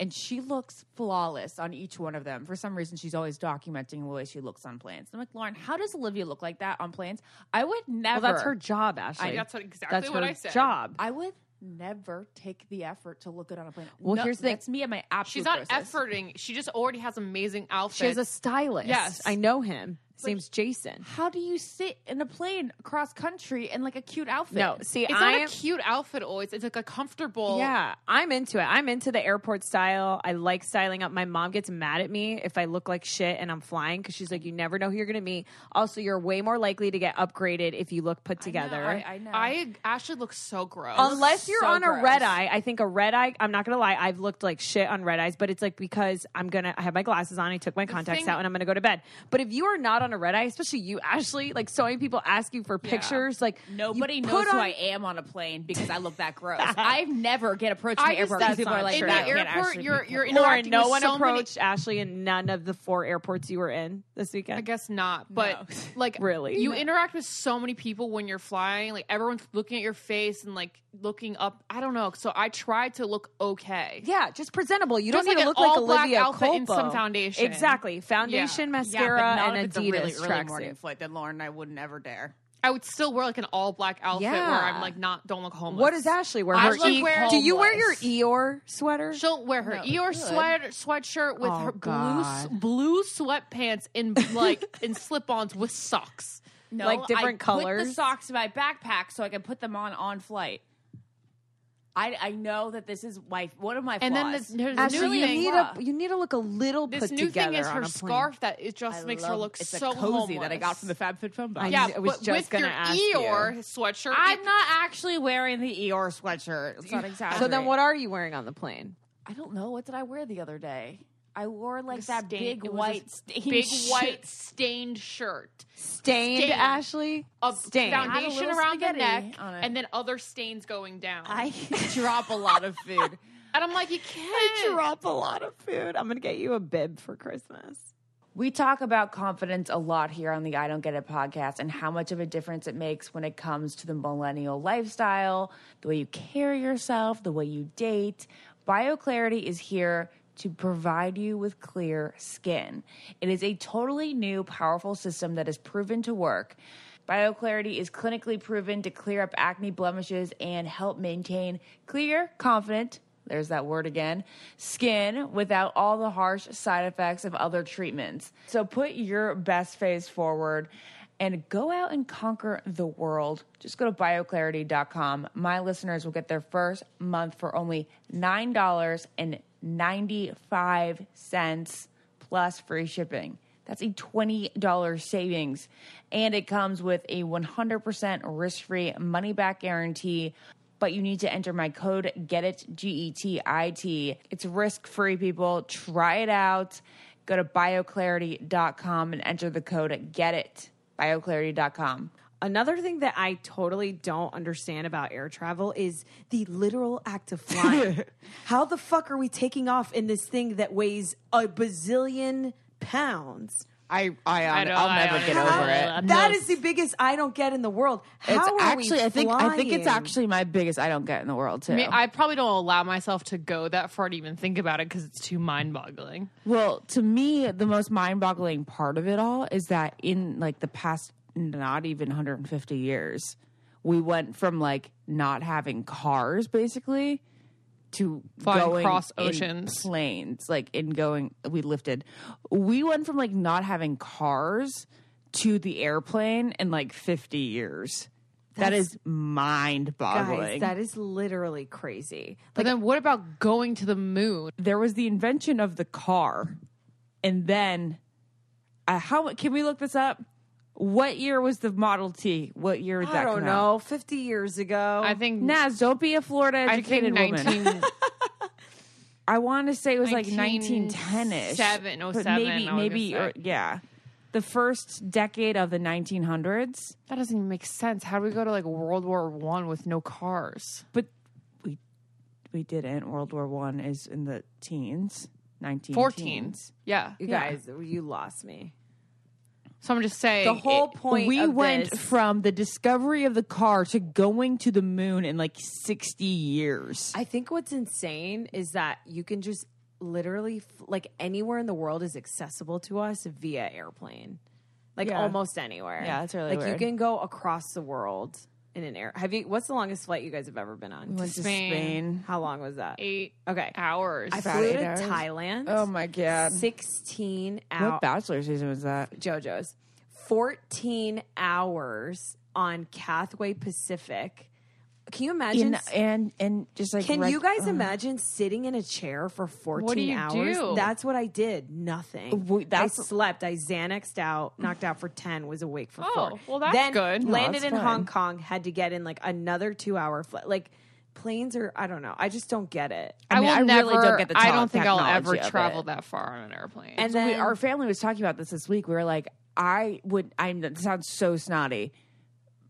Speaker 3: And she looks flawless on each one of them. For some reason, she's always documenting the way she looks on planes. I'm like, Lauren, how does Olivia look like that on planes? I would never.
Speaker 4: well, that's her job, Ashley.
Speaker 5: that's what- exactly
Speaker 4: That's
Speaker 5: what
Speaker 4: her
Speaker 5: I said.
Speaker 4: Job.
Speaker 3: I would never take the effort to look good on a plane.
Speaker 4: Well, here's the thing.
Speaker 3: That's me at my absolute
Speaker 5: she's not
Speaker 3: grossest.
Speaker 5: efforting. She just already has amazing outfits.
Speaker 4: she has a stylist.
Speaker 5: Yes.
Speaker 4: I know him. His name's Jason.
Speaker 3: How do you sit in a plane cross country in like a cute outfit?
Speaker 4: No, see,
Speaker 5: it's
Speaker 4: I
Speaker 5: not
Speaker 4: am.
Speaker 5: a cute outfit always. It's like a comfortable.
Speaker 4: yeah, I'm into it. I'm into the airport style. I like styling up. My mom gets mad at me if I look like shit and I'm flying because she's like, "You never know who you're going to meet." Also, you're way more likely to get upgraded if you look put together.
Speaker 3: I, I know.
Speaker 5: I Ashley looks so gross.
Speaker 4: Unless you're
Speaker 3: so
Speaker 4: on a
Speaker 3: gross.
Speaker 4: red eye, I think a red eye. I'm not gonna lie, I've looked like shit on red eyes, but it's like because I'm gonna. I have my glasses on. I took my contacts
Speaker 5: thing-
Speaker 4: out, and I'm gonna go to bed. But if you are not on a red eye, especially you, Ashley, like so many people ask you for pictures. Like you
Speaker 3: Nobody
Speaker 4: put
Speaker 3: knows who
Speaker 4: on-
Speaker 3: I am on a plane because I look that gross. I never get approached in the airport because
Speaker 5: that's
Speaker 3: people are
Speaker 5: not
Speaker 3: like,
Speaker 5: true.
Speaker 3: "That
Speaker 5: in the
Speaker 3: can't
Speaker 5: airport.
Speaker 3: actually
Speaker 5: You're
Speaker 3: be
Speaker 5: you're
Speaker 3: Culpo."
Speaker 4: Lauren,
Speaker 5: interacting
Speaker 4: no
Speaker 5: with
Speaker 4: one
Speaker 5: so many-
Speaker 4: approached Ashley in none of the four airports you were in this weekend.
Speaker 5: I guess not, but like
Speaker 4: Really?
Speaker 5: you
Speaker 4: No.
Speaker 5: interact with so many people when you're flying. Like everyone's looking at your face and like looking up. I don't know. So I try to look okay.
Speaker 4: Yeah, just presentable. You
Speaker 5: Just
Speaker 4: don't need
Speaker 5: like
Speaker 4: to
Speaker 5: an
Speaker 4: look like
Speaker 5: all-black
Speaker 4: Olivia
Speaker 5: outfit
Speaker 4: Culpo.
Speaker 5: and some foundation.
Speaker 4: Exactly, foundation, mascara, and Adidas tracksuit.
Speaker 3: flight, then Lauren, I would never dare.
Speaker 5: I would still wear like an all black outfit where
Speaker 4: Yeah.
Speaker 5: I'm like not don't look homeless.
Speaker 4: What does Ashley wear? Her
Speaker 5: Ashley
Speaker 4: E-
Speaker 5: wears-
Speaker 4: Do you wear your Eeyore sweater?
Speaker 5: She'll wear her Eeyore sweater sweatshirt with
Speaker 4: Oh,
Speaker 5: her blue s-
Speaker 4: God.
Speaker 5: blue sweatpants and like and slip ons with socks.
Speaker 3: No,
Speaker 4: Like different
Speaker 3: I put the
Speaker 4: colors?
Speaker 3: socks in my backpack so I can put them on on flight. I, I know that this is my one of my
Speaker 5: And then
Speaker 3: flaws.
Speaker 5: the- there's
Speaker 3: This
Speaker 5: new
Speaker 3: really
Speaker 4: Ashley, you
Speaker 5: thing-
Speaker 4: need
Speaker 3: flaw.
Speaker 4: a you need to look a little
Speaker 5: This
Speaker 4: put
Speaker 5: new thing
Speaker 4: together
Speaker 5: is
Speaker 4: on
Speaker 5: her
Speaker 4: a plan.
Speaker 5: scarf that it just
Speaker 3: I
Speaker 5: makes her
Speaker 3: love-
Speaker 5: look
Speaker 3: it's
Speaker 5: so
Speaker 3: a cozy that I got
Speaker 5: homeless.
Speaker 3: from the Fab Fit Fun box.
Speaker 4: I
Speaker 5: Yeah,
Speaker 4: I was
Speaker 5: but
Speaker 4: just
Speaker 5: with
Speaker 4: gonna
Speaker 5: your
Speaker 4: ask you.
Speaker 5: Eeyore sweatshirt,
Speaker 3: I'm
Speaker 5: it-
Speaker 3: not actually wearing the Eeyore sweatshirt. It's not exactly.
Speaker 4: So then, what are you wearing on the plane?
Speaker 3: I don't know. What did I wear the other day? I wore like
Speaker 5: a
Speaker 3: that
Speaker 5: stain-
Speaker 3: big
Speaker 5: it was a
Speaker 3: white
Speaker 5: s-
Speaker 3: stain
Speaker 5: big
Speaker 3: shirt.
Speaker 5: white stained shirt,
Speaker 4: Stained,
Speaker 5: Stained.
Speaker 4: Ashley.
Speaker 5: a
Speaker 4: Stained.
Speaker 3: Had a
Speaker 5: foundation
Speaker 3: little
Speaker 5: around the
Speaker 3: spaghetti
Speaker 5: neck,
Speaker 3: on it.
Speaker 5: and then other stains going down.
Speaker 3: I drop a lot of food.
Speaker 5: and I'm like, you can't.
Speaker 4: drop a lot of food. I'm gonna get you a bib for Christmas.
Speaker 3: We talk about confidence a lot here on the I Don't Get It podcast and how much of a difference it makes when it comes to the millennial lifestyle, the way you carry yourself, the way you date. BioClarity is here to provide you with clear skin. It is a totally new, powerful system that is proven to work. BioClarity is clinically proven to clear up acne blemishes and help maintain clear, confident, there's that word again skin without all the harsh side effects of other treatments. So put your best face forward and go out and conquer the world. Just go to bioclarity.com. My listeners will get their first month for only $9.95 plus free shipping. That's a $20 savings. And it comes with a 100% risk free money back guarantee. But you need to enter my code GET IT, G E T I T. It's risk free, people. Try it out. Go to bioclarity.com and enter the code GET IT, bioclarity.com.
Speaker 4: Another thing that I totally don't understand about air travel is the literal act of flying. How the fuck are we taking off in this thing that weighs a bazillion pounds?
Speaker 8: I, I,
Speaker 5: I don't-
Speaker 8: I'll
Speaker 5: I
Speaker 8: never get
Speaker 5: honestly-
Speaker 8: over it.
Speaker 5: I'm
Speaker 4: That
Speaker 5: not-
Speaker 4: is the biggest I don't get in the world. How
Speaker 3: It's
Speaker 4: are
Speaker 3: actually,
Speaker 4: we
Speaker 3: I think, I think it's
Speaker 4: flying?
Speaker 3: actually my biggest I don't get in the world, too.
Speaker 5: I mean, I probably don't allow myself to go that far to even think about it because it's too mind boggling.
Speaker 3: Well, to me, the most mind boggling part of it all is that in like the past not even 150 years, we went from like not having cars basically to
Speaker 5: Flying
Speaker 3: going
Speaker 5: cross
Speaker 3: in
Speaker 5: oceans.
Speaker 3: planes, like in going, we lifted. We went from like not having cars to the airplane in like 50 years. That's, mind boggling.
Speaker 4: Guys, that is literally crazy.
Speaker 5: But then what about going to the moon?
Speaker 3: there was the invention of the car, and then uh, how can we look this up? What year was the Model T? What year did that
Speaker 4: I don't
Speaker 3: come out?
Speaker 4: know, 50 years ago.
Speaker 5: I think
Speaker 3: Naz, don't be a Florida
Speaker 5: I think
Speaker 3: educated woman.
Speaker 5: 19,
Speaker 3: I want to say it was like 1910 ish,
Speaker 5: 1907,
Speaker 3: but
Speaker 5: 07,
Speaker 3: maybe
Speaker 5: I was
Speaker 3: maybe
Speaker 5: gonna
Speaker 3: or- yeah, the first decade of the 1900s.
Speaker 5: that doesn't even make sense. How do we go to like World War One with no cars?
Speaker 3: But we we didn't. World War One is in the teens, 19
Speaker 5: Fourteen.
Speaker 3: teens.
Speaker 5: Yeah.
Speaker 4: you guys, you lost me.
Speaker 5: So I'm just saying
Speaker 4: The whole
Speaker 5: it-
Speaker 4: point
Speaker 3: we
Speaker 4: of
Speaker 3: went
Speaker 4: this-
Speaker 3: from the discovery of the car to going to the moon in like 60 years
Speaker 4: I think what's insane is that you can just literally f- like anywhere in the world is accessible to us via airplane. Like
Speaker 3: Yeah.
Speaker 4: almost anywhere.
Speaker 3: Yeah, that's really
Speaker 4: like
Speaker 3: weird.
Speaker 4: you can go across the world in an air. Have you? What's the longest flight you guys have ever been on?
Speaker 3: went
Speaker 5: to Spain. Spain.
Speaker 4: How long was that?
Speaker 5: e-, eight
Speaker 4: Okay.
Speaker 5: hours.
Speaker 4: I
Speaker 3: about
Speaker 4: flew
Speaker 3: eight
Speaker 4: to
Speaker 3: hours.
Speaker 4: Thailand.
Speaker 3: Oh my God.
Speaker 4: Sixteen
Speaker 3: what
Speaker 4: hours.
Speaker 3: bachelor season was that
Speaker 4: JoJo's. 14 hours on Cathway Pacific. Can you imagine?
Speaker 3: in, and and just like
Speaker 4: can
Speaker 3: reg-
Speaker 4: you guys
Speaker 3: uh,
Speaker 4: imagine sitting in a chair for 14
Speaker 5: uh-huh. do you
Speaker 4: hours?
Speaker 5: do?
Speaker 4: That's what I did. Nothing.
Speaker 3: Wait, that's-
Speaker 4: I slept. I Xanaxed out, knocked out for 10, was awake for
Speaker 5: Oh,
Speaker 4: 4.
Speaker 5: well, that's
Speaker 4: then
Speaker 5: good. No,
Speaker 4: Landed
Speaker 3: that's
Speaker 4: in
Speaker 3: fine.
Speaker 4: Hong Kong, had to get in like another two hour flight. Like planes are, I don't know. I just don't get it.
Speaker 5: I,
Speaker 3: mean,
Speaker 5: will
Speaker 3: I
Speaker 5: never.
Speaker 3: really don't get the
Speaker 5: I don't think I'll
Speaker 3: technology
Speaker 5: ever
Speaker 3: of
Speaker 5: travel
Speaker 3: it.
Speaker 5: that far on an airplane.
Speaker 4: and
Speaker 3: we-
Speaker 4: then
Speaker 3: our family was talking about this this week we were like i would i that sounds so snotty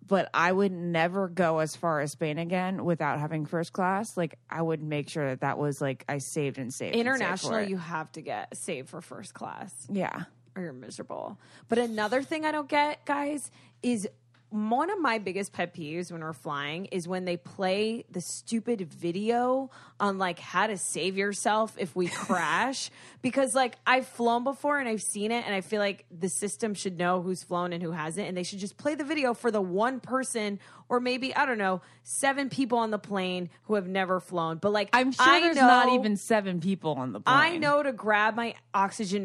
Speaker 3: but i would never go as far as spain again without having first class like i would make sure that that was like i saved and saved and saved for
Speaker 4: internationally,
Speaker 3: it.
Speaker 4: you have to get saved for first class.
Speaker 3: yeah
Speaker 4: or you're miserable. But another thing I don't get, guys, is one of my biggest pet peeves when we're flying is when they play the stupid video on like how to save yourself if we crash. because like I've flown before and I've seen it, and I feel like the system should know who's flown and who hasn't, and they should just play the video for the one person or maybe I don't know seven people on the plane who have never flown. But like
Speaker 3: i'm sure
Speaker 4: I
Speaker 3: there's not
Speaker 4: know-
Speaker 3: even seven people on the plane
Speaker 4: I know to grab my oxygen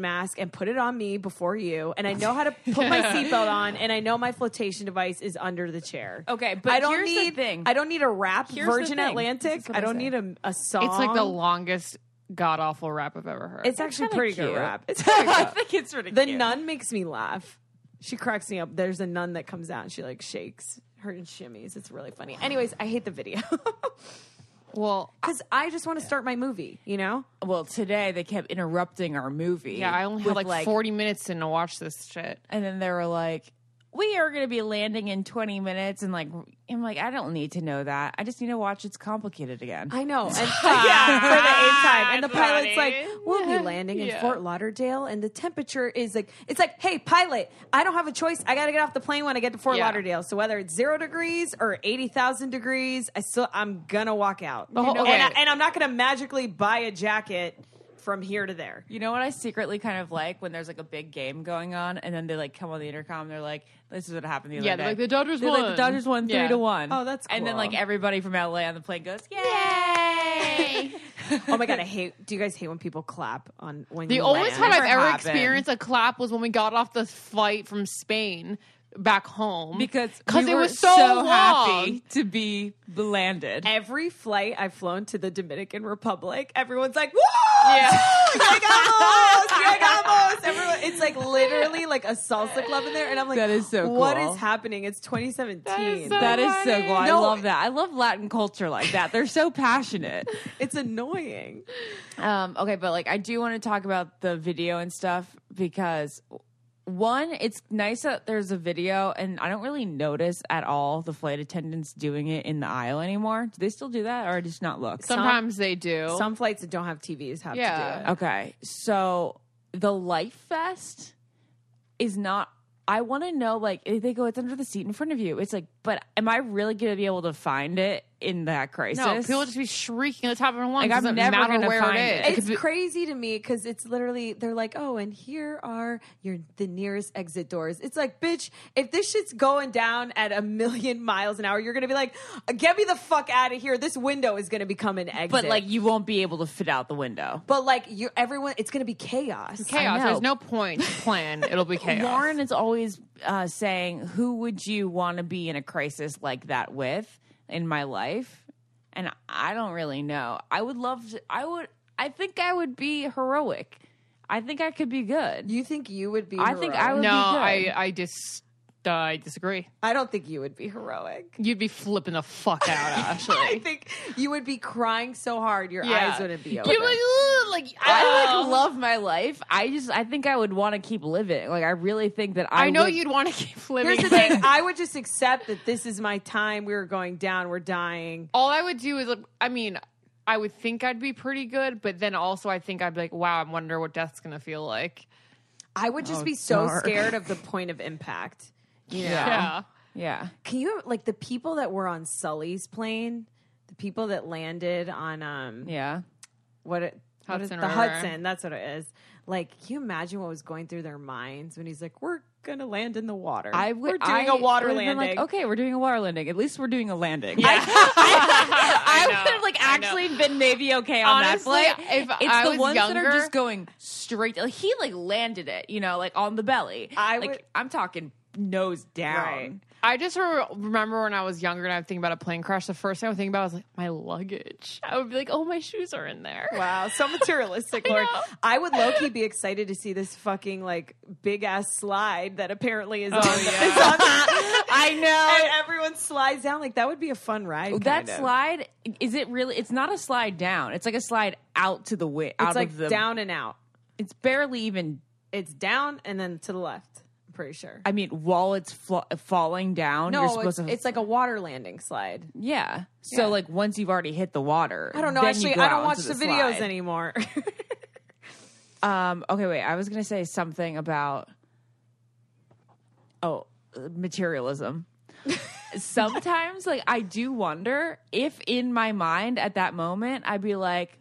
Speaker 4: mask and put it on me before you, and I know how to put my seatbelt on, and I know my flotation device, place is under the chair.
Speaker 3: Okay, but
Speaker 4: I don't
Speaker 3: here's the
Speaker 4: need
Speaker 3: thing.
Speaker 4: I don't need a rap
Speaker 3: Here's the
Speaker 4: Virgin
Speaker 3: thing.
Speaker 4: Atlantic.
Speaker 3: This is what
Speaker 4: I
Speaker 3: I
Speaker 4: don't
Speaker 3: say.
Speaker 4: need a, a song.
Speaker 5: It's like the longest god awful rap I've ever heard.
Speaker 4: It's actually pretty good
Speaker 3: cute.
Speaker 4: rap. It's pretty
Speaker 3: I
Speaker 4: good.
Speaker 3: think it's really
Speaker 4: The
Speaker 3: cute.
Speaker 4: nun makes me laugh. She cracks me up. There's a nun that comes out and she like shakes her and shimmies. It's really funny. Anyways, I hate the video
Speaker 5: well,
Speaker 4: because I just want to start my movie. You know,
Speaker 3: Well, today they kept interrupting our movie.
Speaker 5: yeah, I only had
Speaker 3: with,
Speaker 5: like, 40 minutes in to watch this shit.
Speaker 3: And then they were like, we are going to be landing in 20 minutes. And like, I'm like, I don't need to know that. I just need to watch It's Complicated again.
Speaker 4: I know. And yeah, for the eighth time. And the pilot's like, we'll be landing in
Speaker 5: Yeah.
Speaker 4: Fort Lauderdale, and the temperature is like, it's like, hey, pilot, I don't have a choice. I got to get off the plane when I get to Fort
Speaker 5: Yeah.
Speaker 4: Lauderdale. So whether it's zero degrees or eighty thousand degrees, I still, I'm gonna walk out.
Speaker 5: whole-
Speaker 4: You know?
Speaker 5: okay.
Speaker 4: and, I, and I'm not gonna magically buy a jacket from here to there.
Speaker 3: you know what I secretly kind of like when there's like a big game going on and then they like come on the intercom and they're like, this is what happened the other day.
Speaker 5: Yeah, they're like, "The Dodgers
Speaker 3: They're Like,
Speaker 5: won."
Speaker 3: the Dodgers won
Speaker 5: Yeah.
Speaker 3: three to one.
Speaker 4: Oh, that's
Speaker 3: And then
Speaker 4: cool.
Speaker 3: like everybody from LA on the plane goes, yay.
Speaker 4: Oh my god, I hate. Do you guys hate when people clap on when
Speaker 5: The
Speaker 4: you
Speaker 5: only
Speaker 4: land?
Speaker 5: time I've
Speaker 3: Never
Speaker 5: ever
Speaker 3: happened.
Speaker 5: experienced a clap was when we got off the flight from Spain back home
Speaker 3: because
Speaker 5: because
Speaker 3: we
Speaker 5: it
Speaker 3: were
Speaker 5: was so, long.
Speaker 3: happy to be landed.
Speaker 4: Every flight I've flown to the Dominican Republic, everyone's like, "Woo!"
Speaker 5: Yeah.
Speaker 4: llegamos, llegamos. Everyone, it's like literally like a salsa club in there, and I'm like,
Speaker 3: That is so
Speaker 4: What
Speaker 3: cool.
Speaker 4: is happening? It's 2017.
Speaker 5: so-
Speaker 3: That is so cool. I
Speaker 4: No.
Speaker 3: love that. I love Latin culture like that. They're so passionate.
Speaker 4: it's annoying.
Speaker 3: Um, okay, but like I do want to talk about the video and stuff because one, it's nice that there's a video, and I don't really notice at all the flight attendants doing it in the aisle anymore. Do they still do that, or I just not look?
Speaker 5: Sometimes they do.
Speaker 4: Some flights that don't have TVs have to do
Speaker 5: Yeah.
Speaker 4: it.
Speaker 3: Okay, so the Life Fest is not. I want to know, like, if they go, it's under the seat in front of you. It's like, but am I really going to be able to find it in that crisis?
Speaker 5: no, people just be shrieking at the top of their lungs.
Speaker 3: Like, I'm
Speaker 5: doesn't
Speaker 3: never
Speaker 5: matter
Speaker 3: gonna
Speaker 5: where
Speaker 3: find
Speaker 5: it
Speaker 3: it.
Speaker 5: is.
Speaker 3: It
Speaker 5: could
Speaker 4: It's
Speaker 5: be-
Speaker 4: crazy to me because it's literally they're like, oh, and here are your the nearest exit doors. It's like, bitch, if this shit's going down at a million miles an hour, you're gonna be like, get me the fuck out of here. This window is gonna become an exit.
Speaker 3: but like, you won't be able to fit out the window.
Speaker 4: But like you, everyone, it's gonna be chaos.
Speaker 5: chaos.
Speaker 3: know.
Speaker 5: There's no point to plan. It'll be chaos.
Speaker 3: Lauren is always uh, saying, "Who would you want to be in a crisis like that with in my life?" And I don't really know. I would love. To, I would. I think I would be heroic. I think I could be good.
Speaker 4: You think you would be?
Speaker 3: I think I
Speaker 4: heroic?
Speaker 3: would
Speaker 5: no,
Speaker 3: be
Speaker 5: I
Speaker 3: good.
Speaker 5: I just uh, I disagree.
Speaker 4: I don't think you would be heroic.
Speaker 5: You'd be flipping the fuck out, Ashley.
Speaker 4: I think you would be crying so hard your eyes wouldn't be
Speaker 5: You'd
Speaker 4: open.
Speaker 5: like, "Ugh," like, oh.
Speaker 3: I like
Speaker 5: "Ugh."
Speaker 3: love my life. I just I think I would want to keep living. Like I really think that I
Speaker 5: I know
Speaker 3: would-
Speaker 5: you'd want to keep living.
Speaker 4: Here's the thing: I would just accept that this is my time. We were going down. We're dying.
Speaker 5: all I would do is, like, I mean, I would think I'd be pretty good, but then also I think I'd be like, wow, I wonder what death's gonna feel like.
Speaker 4: I would just
Speaker 3: Oh,
Speaker 4: be so
Speaker 3: dark.
Speaker 4: scared of the point of impact.
Speaker 3: Yeah.
Speaker 5: Yeah.
Speaker 3: Yeah.
Speaker 4: Can you like the people that were on Sully's plane? The people that landed on um
Speaker 3: Yeah.
Speaker 4: what it, what is
Speaker 5: Hudson
Speaker 4: the
Speaker 5: River.
Speaker 4: Hudson? That's what it is. Like, can you imagine what was going through their minds when he's like, "We're gonna land in the water.
Speaker 3: I would.
Speaker 4: we're doing
Speaker 3: I
Speaker 4: a water
Speaker 3: would've been
Speaker 4: landing."
Speaker 3: Like, okay, we're doing a water landing. At least we're doing a landing.
Speaker 5: I,
Speaker 3: I, would have like actually been maybe okay on
Speaker 5: Honestly,
Speaker 3: that flight.
Speaker 5: if
Speaker 3: it's
Speaker 5: I
Speaker 3: the
Speaker 5: was
Speaker 3: ones that
Speaker 5: younger-
Speaker 3: are just going straight. Like, he like landed it, you know, like on the belly.
Speaker 4: I
Speaker 3: like
Speaker 4: would-
Speaker 3: I'm talking nose down.
Speaker 4: Right.
Speaker 5: I just re- remember when I was younger and I would think about a plane crash. The first thing I would think about was like my luggage. I would be like, oh, my shoes are in there.
Speaker 4: Wow, so materialistic, Lord.
Speaker 5: know.
Speaker 4: I, would low key be excited to see this fucking like big ass slide that apparently
Speaker 3: Oh,
Speaker 4: is on. the- is on the-
Speaker 3: I know.
Speaker 4: and everyone slides down like that would be a fun ride.
Speaker 3: that
Speaker 4: kind of.
Speaker 3: slide is it really? It's not a slide down. It's like a slide out to the wind.
Speaker 4: it's
Speaker 3: out
Speaker 4: like
Speaker 3: of the,
Speaker 4: down and out.
Speaker 3: It's barely even.
Speaker 4: It's down and then to the left. I'm pretty sure.
Speaker 3: I mean, while it's flo- falling down, you're
Speaker 4: no, it's,
Speaker 3: supposed to.
Speaker 4: it's like a water landing slide.
Speaker 3: yeah. So like once you've already hit the water,
Speaker 4: I don't know.
Speaker 3: then you
Speaker 4: Actually,
Speaker 3: go
Speaker 4: I
Speaker 3: out
Speaker 4: don't watch
Speaker 3: to
Speaker 4: the, videos
Speaker 3: slide.
Speaker 4: anymore.
Speaker 3: Um, okay, wait. I was gonna say something about oh uh, materialism. Sometimes, like I do wonder if in my mind at that moment I'd be like,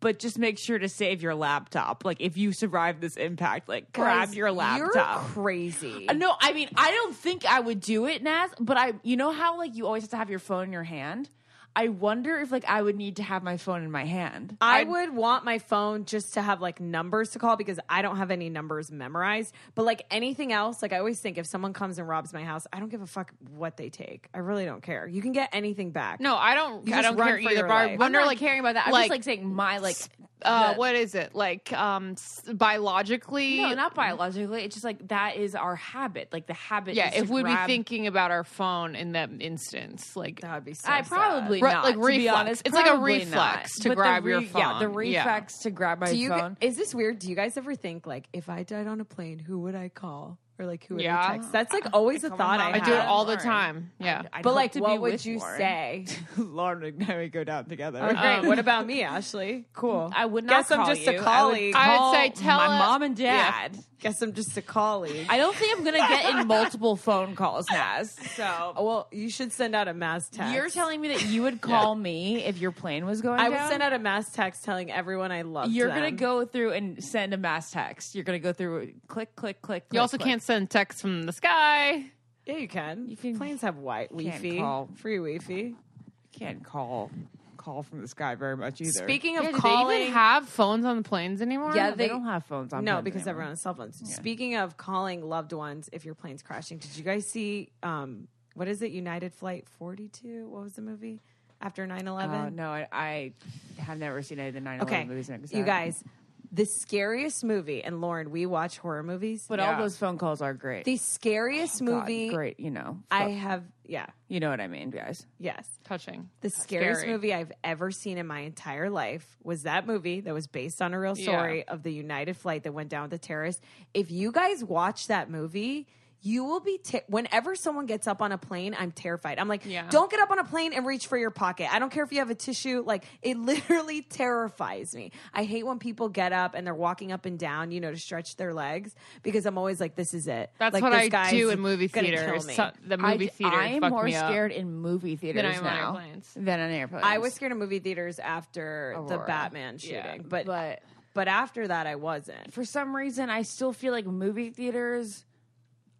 Speaker 3: but just make sure to save your laptop. Like if you survive this impact, like grab
Speaker 4: Guys,
Speaker 3: your laptop.
Speaker 4: You're crazy.
Speaker 3: Uh, No, I mean I don't think I would do it, Naz. But I, you know how like you always have to have your phone in your hand. I wonder if like I would need to have my phone in my hand.
Speaker 4: I would want my phone just to have like numbers to call because I don't have any numbers memorized. But like anything else, like I always think if someone comes and robs my house, I don't give a fuck what they take. I really don't care. You can get anything back.
Speaker 5: No, I don't.
Speaker 4: You
Speaker 5: I
Speaker 4: just
Speaker 5: don't
Speaker 4: run
Speaker 5: care
Speaker 4: for
Speaker 5: either.
Speaker 4: your
Speaker 5: But I
Speaker 4: life. I'm
Speaker 5: wonder,
Speaker 3: not
Speaker 5: like
Speaker 3: caring about that. I'm just like saying my like
Speaker 5: uh,
Speaker 3: the-
Speaker 5: what is it like? Um, s- biologically,
Speaker 3: no, not biologically. It's just like that is our habit. Like the habit.
Speaker 5: yeah.
Speaker 3: is to
Speaker 5: If we'd
Speaker 3: grab-
Speaker 5: be thinking about our phone in that instance, like
Speaker 4: that would be so.
Speaker 3: I
Speaker 4: sad.
Speaker 3: probably
Speaker 5: Re-
Speaker 3: not.
Speaker 5: like
Speaker 3: to be
Speaker 5: reflex.
Speaker 3: honest.
Speaker 5: It's like a
Speaker 3: Probably
Speaker 5: reflex
Speaker 3: not. But
Speaker 5: to
Speaker 3: the
Speaker 5: grab your
Speaker 3: Yeah, the
Speaker 5: phone. Yeah.
Speaker 3: reflex to grab my
Speaker 4: Do you?
Speaker 3: phone.
Speaker 4: Is this weird? Do you guys ever think like if I died on a plane, who would I call or like who would
Speaker 5: Yeah.
Speaker 4: I text? That's like always a
Speaker 3: call my
Speaker 4: thought
Speaker 3: mom.
Speaker 4: I,
Speaker 5: I do it
Speaker 4: have.
Speaker 5: all the
Speaker 3: Lauren.
Speaker 5: time. Yeah,
Speaker 3: I'd
Speaker 4: But
Speaker 3: hope
Speaker 4: like,
Speaker 3: to be
Speaker 4: what would
Speaker 3: with
Speaker 4: you
Speaker 3: Lauren.
Speaker 4: say? Lauren and I would go down
Speaker 3: Oh,
Speaker 4: together. what about me, Ashley? Cool.
Speaker 3: I would not
Speaker 4: Guess I'm
Speaker 3: call
Speaker 4: just
Speaker 3: you.
Speaker 4: a
Speaker 3: I would
Speaker 4: colleague.
Speaker 5: I would
Speaker 3: call
Speaker 5: say, tell
Speaker 3: my
Speaker 5: us-
Speaker 3: mom and
Speaker 5: Yeah.
Speaker 3: dad.
Speaker 4: Guess I'm just a colleague.
Speaker 3: I don't think I'm gonna get in multiple phone calls, Naz. So
Speaker 4: Oh, well, you should send out a mass text.
Speaker 3: you're telling me that you would call me if your plane was going
Speaker 4: I
Speaker 3: down?
Speaker 4: would send out a mass text telling everyone I love.
Speaker 3: You're gonna go through and send a mass text. You're gonna go through click, click, click.
Speaker 5: you also can't send texts from the sky.
Speaker 4: Yeah, you can. You
Speaker 3: can-
Speaker 4: Planes have wi Wi-Fi,
Speaker 3: call.
Speaker 4: free Wi-Fi.
Speaker 3: can't call call from the sky very much either.
Speaker 4: Speaking
Speaker 5: Yeah,
Speaker 4: of
Speaker 5: do
Speaker 4: calling,
Speaker 5: they even have phones on the planes anymore?
Speaker 4: Yeah,
Speaker 3: yeah, they,
Speaker 4: they-
Speaker 3: don't have phones on.
Speaker 4: no,
Speaker 3: planes
Speaker 4: because
Speaker 3: anymore.
Speaker 4: everyone has cell phones. Speaking of calling loved ones, if your plane's crashing, did you guys see? Um, what is it? United Flight 42. What was the movie after 9-11?
Speaker 3: Oh, no, I, I have never seen any of the 9
Speaker 4: Okay,
Speaker 3: 11 movies. and it was
Speaker 4: you
Speaker 3: sad.
Speaker 4: guys, the scariest movie. And Lauren, we watch horror movies.
Speaker 3: But all those phone calls are great.
Speaker 4: the scariest
Speaker 3: Oh, God,
Speaker 4: movie.
Speaker 3: Great, you know.
Speaker 4: I have. Yeah.
Speaker 3: you know what I mean, guys.
Speaker 4: Yes.
Speaker 5: touching.
Speaker 4: The scariest
Speaker 5: Scary.
Speaker 4: movie I've ever seen in my entire life was that movie that was based on a real
Speaker 5: Yeah.
Speaker 4: story of the United flight that went down with the terrorists. If you guys watch that movie, you will be. Te- Whenever someone gets up on a plane, I'm terrified. I'm like,
Speaker 5: Yeah.
Speaker 4: don't get up on a plane and reach for your pocket. I don't care if you have a tissue. Like, it literally terrifies me. I hate when people get up and they're walking up and down, you know, to stretch their legs because I'm always like, this is it.
Speaker 5: That's
Speaker 4: Like,
Speaker 5: what
Speaker 4: this
Speaker 5: I
Speaker 4: guy's
Speaker 5: do in movie
Speaker 4: gonna kill
Speaker 5: theaters.
Speaker 4: me.
Speaker 5: So- the movie
Speaker 3: I,
Speaker 5: theater.
Speaker 3: I'm
Speaker 5: fucked
Speaker 3: more
Speaker 5: me up.
Speaker 3: scared in movie theaters
Speaker 5: I'm on
Speaker 3: now
Speaker 5: airplanes.
Speaker 3: than on airplanes.
Speaker 4: I was scared of movie theaters after the
Speaker 5: Aurora.
Speaker 4: Batman shooting,
Speaker 5: Yeah.
Speaker 4: but, but
Speaker 3: but
Speaker 4: after that I wasn't.
Speaker 3: for some reason, I still feel like movie theaters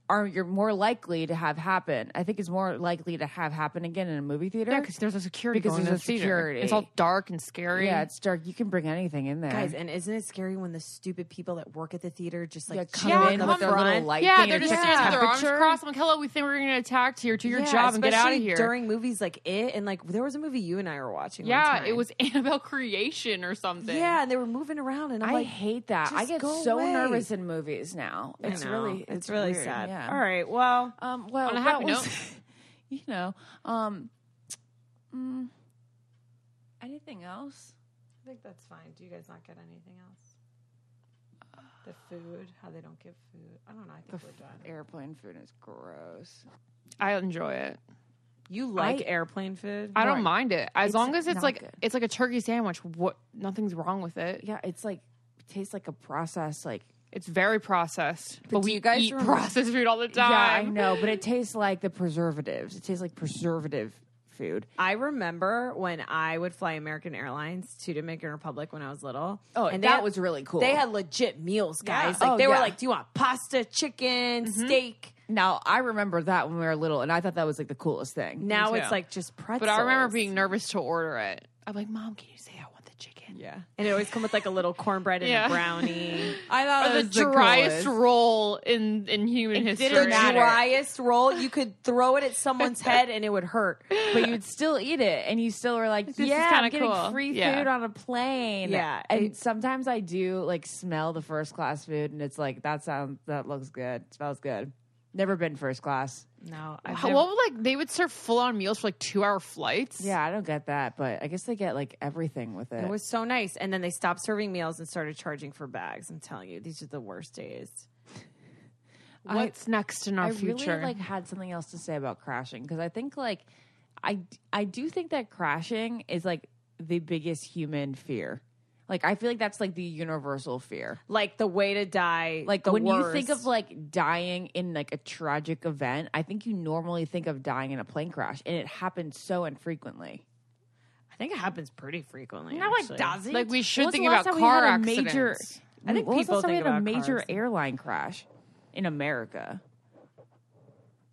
Speaker 3: are you're more likely to have happen. I think it's more likely to have happen again in a movie theater.
Speaker 5: Yeah, because there's a security.
Speaker 3: Because
Speaker 5: going
Speaker 3: there's
Speaker 5: to
Speaker 3: a
Speaker 5: the theater.
Speaker 3: security.
Speaker 5: It's all dark and scary.
Speaker 3: yeah, it's dark. You can bring anything in there.
Speaker 4: Guys, and isn't it scary when the stupid people that work at the theater just like
Speaker 3: yeah,
Speaker 4: come
Speaker 3: come
Speaker 5: Yeah,
Speaker 4: in
Speaker 3: in
Speaker 4: the
Speaker 3: with their
Speaker 4: front?
Speaker 3: little light.
Speaker 5: yeah,
Speaker 3: thing
Speaker 5: they're
Speaker 3: and
Speaker 5: just
Speaker 3: it's
Speaker 5: standing there with their arms
Speaker 3: temperature.
Speaker 5: crossed. I'm like, hello, we think we're going to attack to your do your
Speaker 4: Yeah,
Speaker 5: job and get out of
Speaker 4: especially
Speaker 5: here.
Speaker 4: During movies like it, and like there was a movie you and I were watching. one
Speaker 5: yeah,
Speaker 4: time.
Speaker 5: it was Annabelle Creation or something.
Speaker 4: Yeah, and they were moving around, and I'm
Speaker 3: I
Speaker 4: like,
Speaker 3: hate that. I
Speaker 4: just
Speaker 3: get
Speaker 4: go
Speaker 3: so
Speaker 4: away.
Speaker 3: nervous in movies now.
Speaker 4: I
Speaker 3: It's
Speaker 4: know.
Speaker 3: really,
Speaker 4: it's, really
Speaker 3: weird,
Speaker 4: sad.
Speaker 3: Yeah.
Speaker 4: All right, well,
Speaker 3: Um, well,
Speaker 5: On a
Speaker 3: that
Speaker 5: happy
Speaker 3: was,
Speaker 5: note.
Speaker 3: you know, um, mm, anything else?
Speaker 4: I think that's fine. Do you guys not get anything else? The food, how they don't give food. I don't know. I think we're done.
Speaker 3: Airplane food is gross.
Speaker 5: I enjoy it.
Speaker 4: You like
Speaker 3: I-
Speaker 4: airplane food?
Speaker 5: I
Speaker 3: Right.
Speaker 5: don't mind it as
Speaker 3: It's
Speaker 5: long as it's
Speaker 3: not
Speaker 5: like
Speaker 3: good.
Speaker 5: it's like a turkey sandwich. What? Nothing's wrong with it.
Speaker 3: Yeah, it's like tastes like a processed like.
Speaker 5: It's very processed. But,
Speaker 3: do
Speaker 5: we
Speaker 3: you guys
Speaker 5: eat
Speaker 3: remember-
Speaker 5: processed food all the time.
Speaker 3: Yeah, I know, but it tastes like the preservatives. It tastes like preservative food.
Speaker 4: I remember when I would fly American Airlines to Dominican Republic when I was little.
Speaker 3: Oh,
Speaker 4: they
Speaker 3: that
Speaker 4: had-
Speaker 3: was really cool.
Speaker 4: They had legit meals, guys.
Speaker 3: Yeah.
Speaker 4: Like
Speaker 3: Oh,
Speaker 4: they were
Speaker 3: yeah. Mm-hmm.
Speaker 4: like, "Do you want pasta, chicken, steak?"
Speaker 3: Now I remember that when we were little, and I thought that was like the coolest thing.
Speaker 4: Now it's
Speaker 5: too.
Speaker 4: like just pretzels.
Speaker 5: But I remember being nervous to order it. I'm like, Mom, can you say I want the chicken?
Speaker 4: yeah, and it always come with like a little cornbread and
Speaker 5: Yeah.
Speaker 4: a brownie.
Speaker 3: I thought
Speaker 5: Or the driest roll in in human history.
Speaker 4: the driest roll you could throw it at someone's head and it would hurt.
Speaker 3: but you'd still eat it, and you still were like,
Speaker 5: is
Speaker 3: "Yeah, I'm
Speaker 5: kinda
Speaker 3: getting
Speaker 5: cool."
Speaker 3: free
Speaker 5: Yeah.
Speaker 3: food on a plane."
Speaker 4: Yeah,
Speaker 3: and sometimes I do like smell the first class food, and it's like that sounds that looks good, smells good. Never been first class.
Speaker 4: No, I've
Speaker 5: How,
Speaker 4: never-
Speaker 5: what would, like they would serve full on meals for like two hour flights?
Speaker 3: Yeah, I don't get that, but I guess they get like everything with it.
Speaker 4: it was so nice. And then they stopped serving meals and started charging for bags. I'm telling you, these are the worst days.
Speaker 5: What's next in our
Speaker 3: I
Speaker 5: future?
Speaker 3: really like had something else to say about crashing because I think like I I do think that crashing is like the biggest human fear. Like I feel like that's like the universal fear.
Speaker 4: Like the way to die.
Speaker 3: Like
Speaker 4: the
Speaker 3: when you think
Speaker 4: worst.
Speaker 3: of like dying in like a tragic event, I think you normally think of dying in a plane crash, and it happens so infrequently.
Speaker 4: I think it happens pretty frequently. actually.
Speaker 5: Like we
Speaker 3: When
Speaker 5: should
Speaker 3: was the
Speaker 5: think
Speaker 3: last
Speaker 5: about
Speaker 3: time we
Speaker 5: car
Speaker 3: had a
Speaker 5: accidents.
Speaker 3: Major,
Speaker 4: I think
Speaker 3: when was the
Speaker 4: people
Speaker 3: last time we had
Speaker 4: think
Speaker 3: a
Speaker 4: about car
Speaker 3: major
Speaker 4: accidents.
Speaker 3: airline crash in America.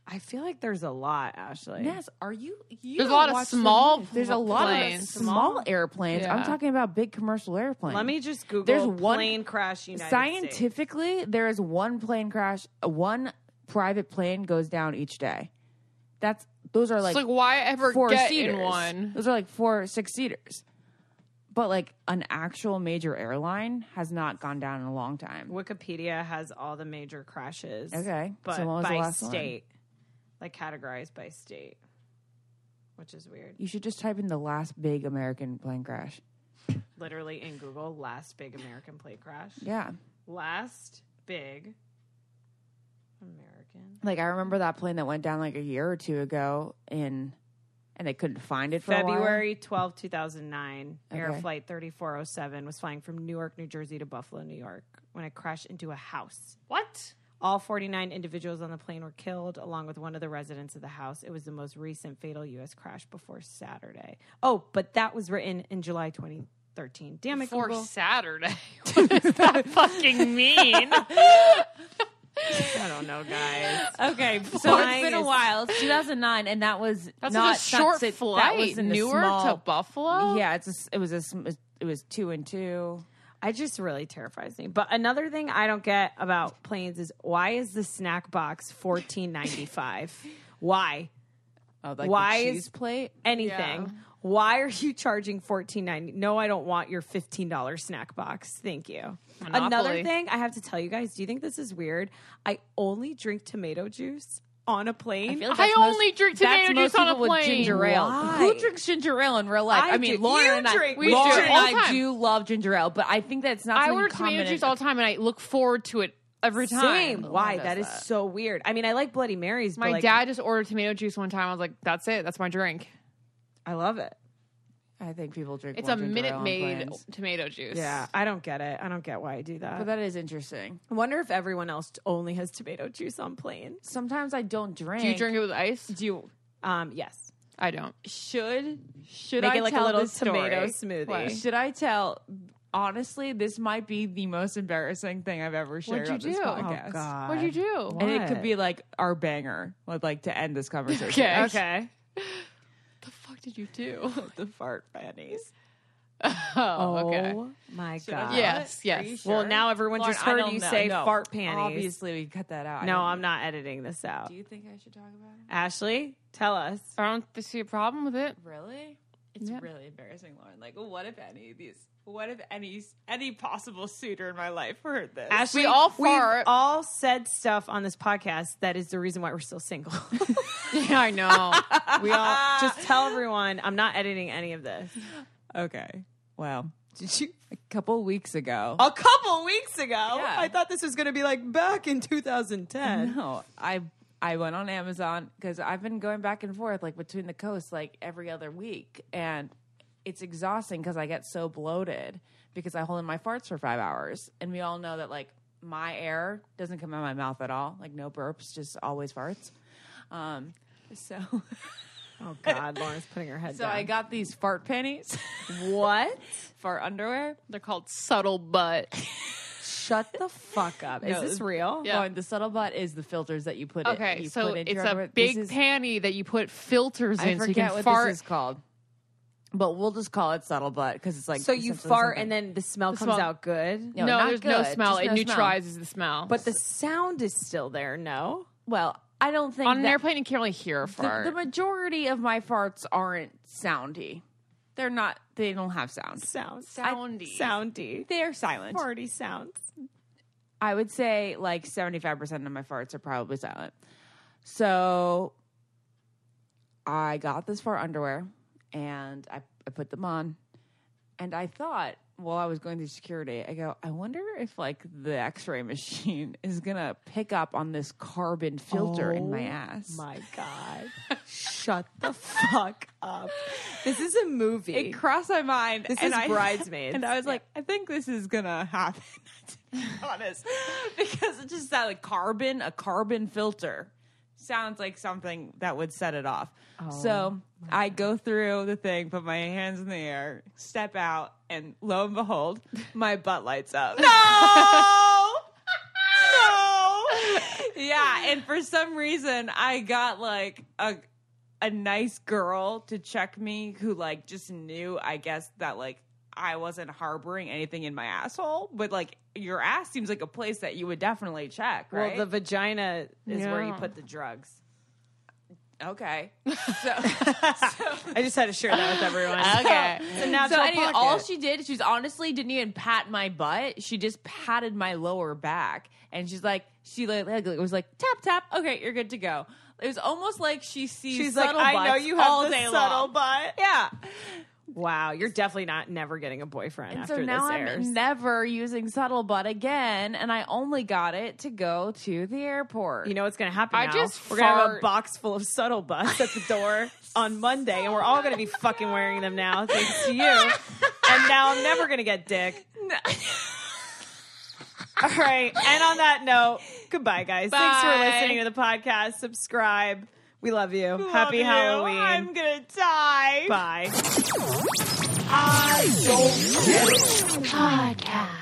Speaker 4: I feel like there's a lot, Ashley.
Speaker 3: Ness, are you? you
Speaker 5: There's a
Speaker 3: don't
Speaker 5: lot of
Speaker 3: watch the
Speaker 5: small
Speaker 3: news. There's a lot of
Speaker 5: planes.
Speaker 3: small airplanes. I'm
Speaker 5: Yeah.
Speaker 3: talking about big commercial airplanes.
Speaker 4: Let me just Google
Speaker 3: There's one-
Speaker 4: plane crash United States.
Speaker 3: Scientifically, there is one plane crash, uh, one private plane goes down each day. That's those are like,
Speaker 5: it's like why ever
Speaker 3: four
Speaker 5: get
Speaker 3: seaters.
Speaker 5: in one?
Speaker 3: Those are like four six seaters. But like an actual major airline has not gone down in a long time.
Speaker 4: Wikipedia has all the major crashes.
Speaker 3: Okay, so
Speaker 4: But
Speaker 3: what was the
Speaker 4: by
Speaker 3: last one?
Speaker 4: state. Like categorized by state. Which is weird.
Speaker 3: You should just type in the last big American plane crash.
Speaker 4: Literally in Google, last big American plane crash.
Speaker 3: Yeah.
Speaker 4: Last big American.
Speaker 3: Like I remember that plane that went down like a year or two ago in and they couldn't find it for a while.
Speaker 4: February twelfth, two 2009, Air
Speaker 3: Okay.
Speaker 4: Flight 3407 was flying from Newark, New Jersey to Buffalo, New York when it crashed into a house.
Speaker 5: What?
Speaker 4: All 49 individuals on the plane were killed, along with one of the residents of the house. It was the most recent fatal U.S. crash before Saturday. Oh, but that was written in July 2013. Damn it,
Speaker 5: For
Speaker 4: Google.
Speaker 5: Saturday. what does that fucking mean?
Speaker 4: I don't know, guys.
Speaker 3: Okay, so it's been a
Speaker 4: Nice.
Speaker 3: while. It's 2009, and that was
Speaker 5: That's
Speaker 3: not
Speaker 5: just a short
Speaker 3: that's it-
Speaker 5: flight.
Speaker 3: That was in the
Speaker 5: Newark
Speaker 3: small,
Speaker 5: to Buffalo.
Speaker 3: Yeah, it's a s it was a sm- it was two and two.
Speaker 4: I just really terrifies me. But another thing I don't get about planes is why is the snack box 14.95? why?
Speaker 3: Oh,
Speaker 4: the
Speaker 3: like
Speaker 4: cheese
Speaker 3: plate?
Speaker 4: anything. Why are you charging fourteen ninety? No, I don't want your fifteen dollar snack box. Thank you. Another
Speaker 5: Monopoly.
Speaker 4: thing I have to tell you guys. Do you think this is weird? I only drink tomato juice on a plane.
Speaker 5: like I that's most- only drink that's tomato most juice on a people with
Speaker 3: With
Speaker 5: plane.
Speaker 3: ginger
Speaker 5: ginger
Speaker 3: ale.
Speaker 5: ale.
Speaker 3: Who drinks ginger ale in real life? I,
Speaker 4: I
Speaker 3: mean,
Speaker 4: do.
Speaker 3: Lauren
Speaker 4: You
Speaker 3: and I,
Speaker 4: drink-
Speaker 5: We
Speaker 3: Lauren
Speaker 5: do.
Speaker 3: and
Speaker 5: All the
Speaker 3: I
Speaker 5: time.
Speaker 3: do love ginger ale, but I think that's not.
Speaker 5: I
Speaker 3: something
Speaker 5: order tomato
Speaker 3: common
Speaker 5: juice
Speaker 3: in-
Speaker 5: all the time, and I look forward to it every time.
Speaker 4: Same. Why?
Speaker 3: does
Speaker 4: that is
Speaker 3: that?
Speaker 4: so weird. I mean, I like Bloody Marys.
Speaker 5: My
Speaker 4: but like,
Speaker 5: dad just ordered tomato juice one time. I was like, "That's it. That's my drink."
Speaker 4: I love it.
Speaker 3: I think people drink.
Speaker 5: It's
Speaker 3: more
Speaker 5: a
Speaker 3: ginger ale
Speaker 5: Minute
Speaker 3: on
Speaker 5: Maid
Speaker 3: planes.
Speaker 5: tomato juice.
Speaker 4: Yeah, I don't get it. I don't get why I do that.
Speaker 3: But that is interesting.
Speaker 4: I wonder if everyone else only has tomato juice on planes.
Speaker 3: Sometimes I don't drink.
Speaker 5: Do you drink it with ice?
Speaker 4: Do you? Um, yes.
Speaker 5: I don't.
Speaker 3: should should
Speaker 4: Make
Speaker 3: I
Speaker 4: it like a
Speaker 3: tell
Speaker 4: little
Speaker 3: this
Speaker 4: tomato
Speaker 3: story?
Speaker 4: smoothie. What?
Speaker 3: Should I tell? Honestly, this might be the most embarrassing thing I've ever shared
Speaker 5: you
Speaker 3: on this
Speaker 5: do? Oh,
Speaker 3: podcast.
Speaker 5: What'd you do?
Speaker 3: And it could
Speaker 4: What?
Speaker 3: be like our banger, would like to end this conversation.
Speaker 5: Okay.
Speaker 4: Okay.
Speaker 5: What the fuck did you do?
Speaker 4: the fart fannies.
Speaker 5: Oh, okay.
Speaker 4: my
Speaker 3: Oh.
Speaker 4: god.
Speaker 5: Yes, yes.
Speaker 4: Well, now everyone just
Speaker 3: Lauren, I
Speaker 4: heard
Speaker 3: don't
Speaker 4: you
Speaker 3: know.
Speaker 4: say
Speaker 3: No,
Speaker 4: fart panties.
Speaker 3: Obviously, we cut that out. I
Speaker 4: No,
Speaker 3: don't-
Speaker 4: I'm not editing this out.
Speaker 3: Do you think I should talk about it?
Speaker 4: Ashley, tell us.
Speaker 5: I don't see a problem with it.
Speaker 3: Really? It's really embarrassing, Lauren. Like, what if any of these? What if any any possible suitor in my life heard this?
Speaker 4: Ashley,
Speaker 5: We all
Speaker 4: we've
Speaker 5: fart.
Speaker 4: all said stuff on this podcast that is the reason why we're still single.
Speaker 5: Yeah, I know.
Speaker 4: we all just tell everyone I'm not editing any of this.
Speaker 3: okay. Well, did you a couple weeks ago?
Speaker 4: A couple weeks ago,
Speaker 3: Yeah.
Speaker 4: I thought this was going to be like back in 2010.
Speaker 3: No, I I went on Amazon because I've been going back and forth like between the coasts like every other week, and it's exhausting because I get so bloated because I hold in my farts for five hours, and we all know that like my air doesn't come out of my mouth at all, like no burps, just always farts. Um, so
Speaker 4: Oh God, Lauren's putting her head
Speaker 3: so
Speaker 4: down.
Speaker 3: I got these fart panties,
Speaker 4: what?
Speaker 3: fart underwear.
Speaker 5: They're called subtle butt.
Speaker 4: Shut the fuck up. Is
Speaker 3: No,
Speaker 4: this real?
Speaker 5: Yeah.
Speaker 3: Lauren, the subtle butt is the filters that you put. in-
Speaker 5: Okay,
Speaker 3: you
Speaker 5: so
Speaker 3: put into
Speaker 5: it's
Speaker 3: your underwear.
Speaker 5: a
Speaker 3: This
Speaker 5: big
Speaker 3: is-
Speaker 5: panty that you put filters
Speaker 3: I
Speaker 5: in so you
Speaker 3: forget
Speaker 5: can
Speaker 3: what
Speaker 5: fart.
Speaker 3: this is called, but we'll just call it subtle butt because it's like
Speaker 4: So you
Speaker 3: essentially
Speaker 4: fart
Speaker 3: something-
Speaker 4: and then the smell comes
Speaker 5: smell.
Speaker 4: out good.
Speaker 3: No,
Speaker 5: no,
Speaker 3: not
Speaker 5: there's no
Speaker 3: good,
Speaker 5: smell.
Speaker 3: just
Speaker 5: It
Speaker 3: no smell.
Speaker 5: neutralizes the smell.
Speaker 4: But the sound is still there, no?
Speaker 3: well, I don't think
Speaker 5: on an
Speaker 3: that-
Speaker 5: airplane, you can't really hear a
Speaker 3: The,
Speaker 5: fart.
Speaker 3: the majority of my farts aren't soundy. They're not. They don't have sound.
Speaker 4: Sound.
Speaker 5: Soundy.
Speaker 4: Soundy.
Speaker 3: They're silent.
Speaker 4: Party sounds.
Speaker 3: I would say like seventy five percent of my farts are probably silent. So I got this fart underwear and I, I put them on. And I thought while I was going through security, I go, I wonder if like the x ray machine is gonna pick up on this carbon filter in my ass.
Speaker 4: My God. Shut the fuck up. This is a movie.
Speaker 3: it crossed my mind.
Speaker 4: This
Speaker 3: and
Speaker 4: is
Speaker 3: I,
Speaker 4: Bridesmaids.
Speaker 3: And I was like, I think this is gonna happen. to be honest, because it just sounded like carbon, a carbon filter sounds like something that would set it off.
Speaker 4: Oh
Speaker 3: so I go through the thing, put my hands in the air, step out, and lo and behold, my butt lights up. No. No! yeah, and for some reason I got like a a nice girl to check me who like just knew I guess that like I wasn't harboring anything in my asshole, but like your ass seems like a place that you would definitely check, right?
Speaker 4: Well, the vagina is where you
Speaker 5: Yeah.
Speaker 4: put the drugs.
Speaker 3: okay. So
Speaker 4: I just had to share that with everyone.
Speaker 5: Okay.
Speaker 4: So now it's
Speaker 3: so
Speaker 4: all
Speaker 3: anyway, all
Speaker 4: pocket.
Speaker 3: she did, she's honestly didn't even pat my butt. She just patted my lower back, and she's like, she like, like it was like tap tap. Okay, you're good to go. It was almost like she sees.
Speaker 4: She's like,
Speaker 3: subtle
Speaker 4: I know
Speaker 3: butts
Speaker 4: you have
Speaker 3: all
Speaker 4: the
Speaker 3: day
Speaker 4: subtle
Speaker 3: long."
Speaker 4: butt.
Speaker 3: Yeah.
Speaker 4: Wow, you're definitely not never getting a boyfriend
Speaker 3: And
Speaker 4: after
Speaker 3: so now
Speaker 4: this
Speaker 3: I'm
Speaker 4: airs.
Speaker 3: never using subtle butt again, and I only got it to go to the airport.
Speaker 4: you know what's going to happen?
Speaker 5: I
Speaker 4: now?
Speaker 5: just
Speaker 4: we're gonna have a
Speaker 5: fart.
Speaker 4: box full of subtle butts at the door on Monday, and we're all going to be fucking wearing them now, thanks to you. and now I'm never going to get dick. all right. And on that note, goodbye, guys. Thanks for
Speaker 5: Bye.
Speaker 4: listening to the podcast. Subscribe. We love you.
Speaker 3: Love
Speaker 4: Happy
Speaker 3: you.
Speaker 4: Halloween.
Speaker 3: I'm gonna die.
Speaker 4: Bye.
Speaker 8: Podcast.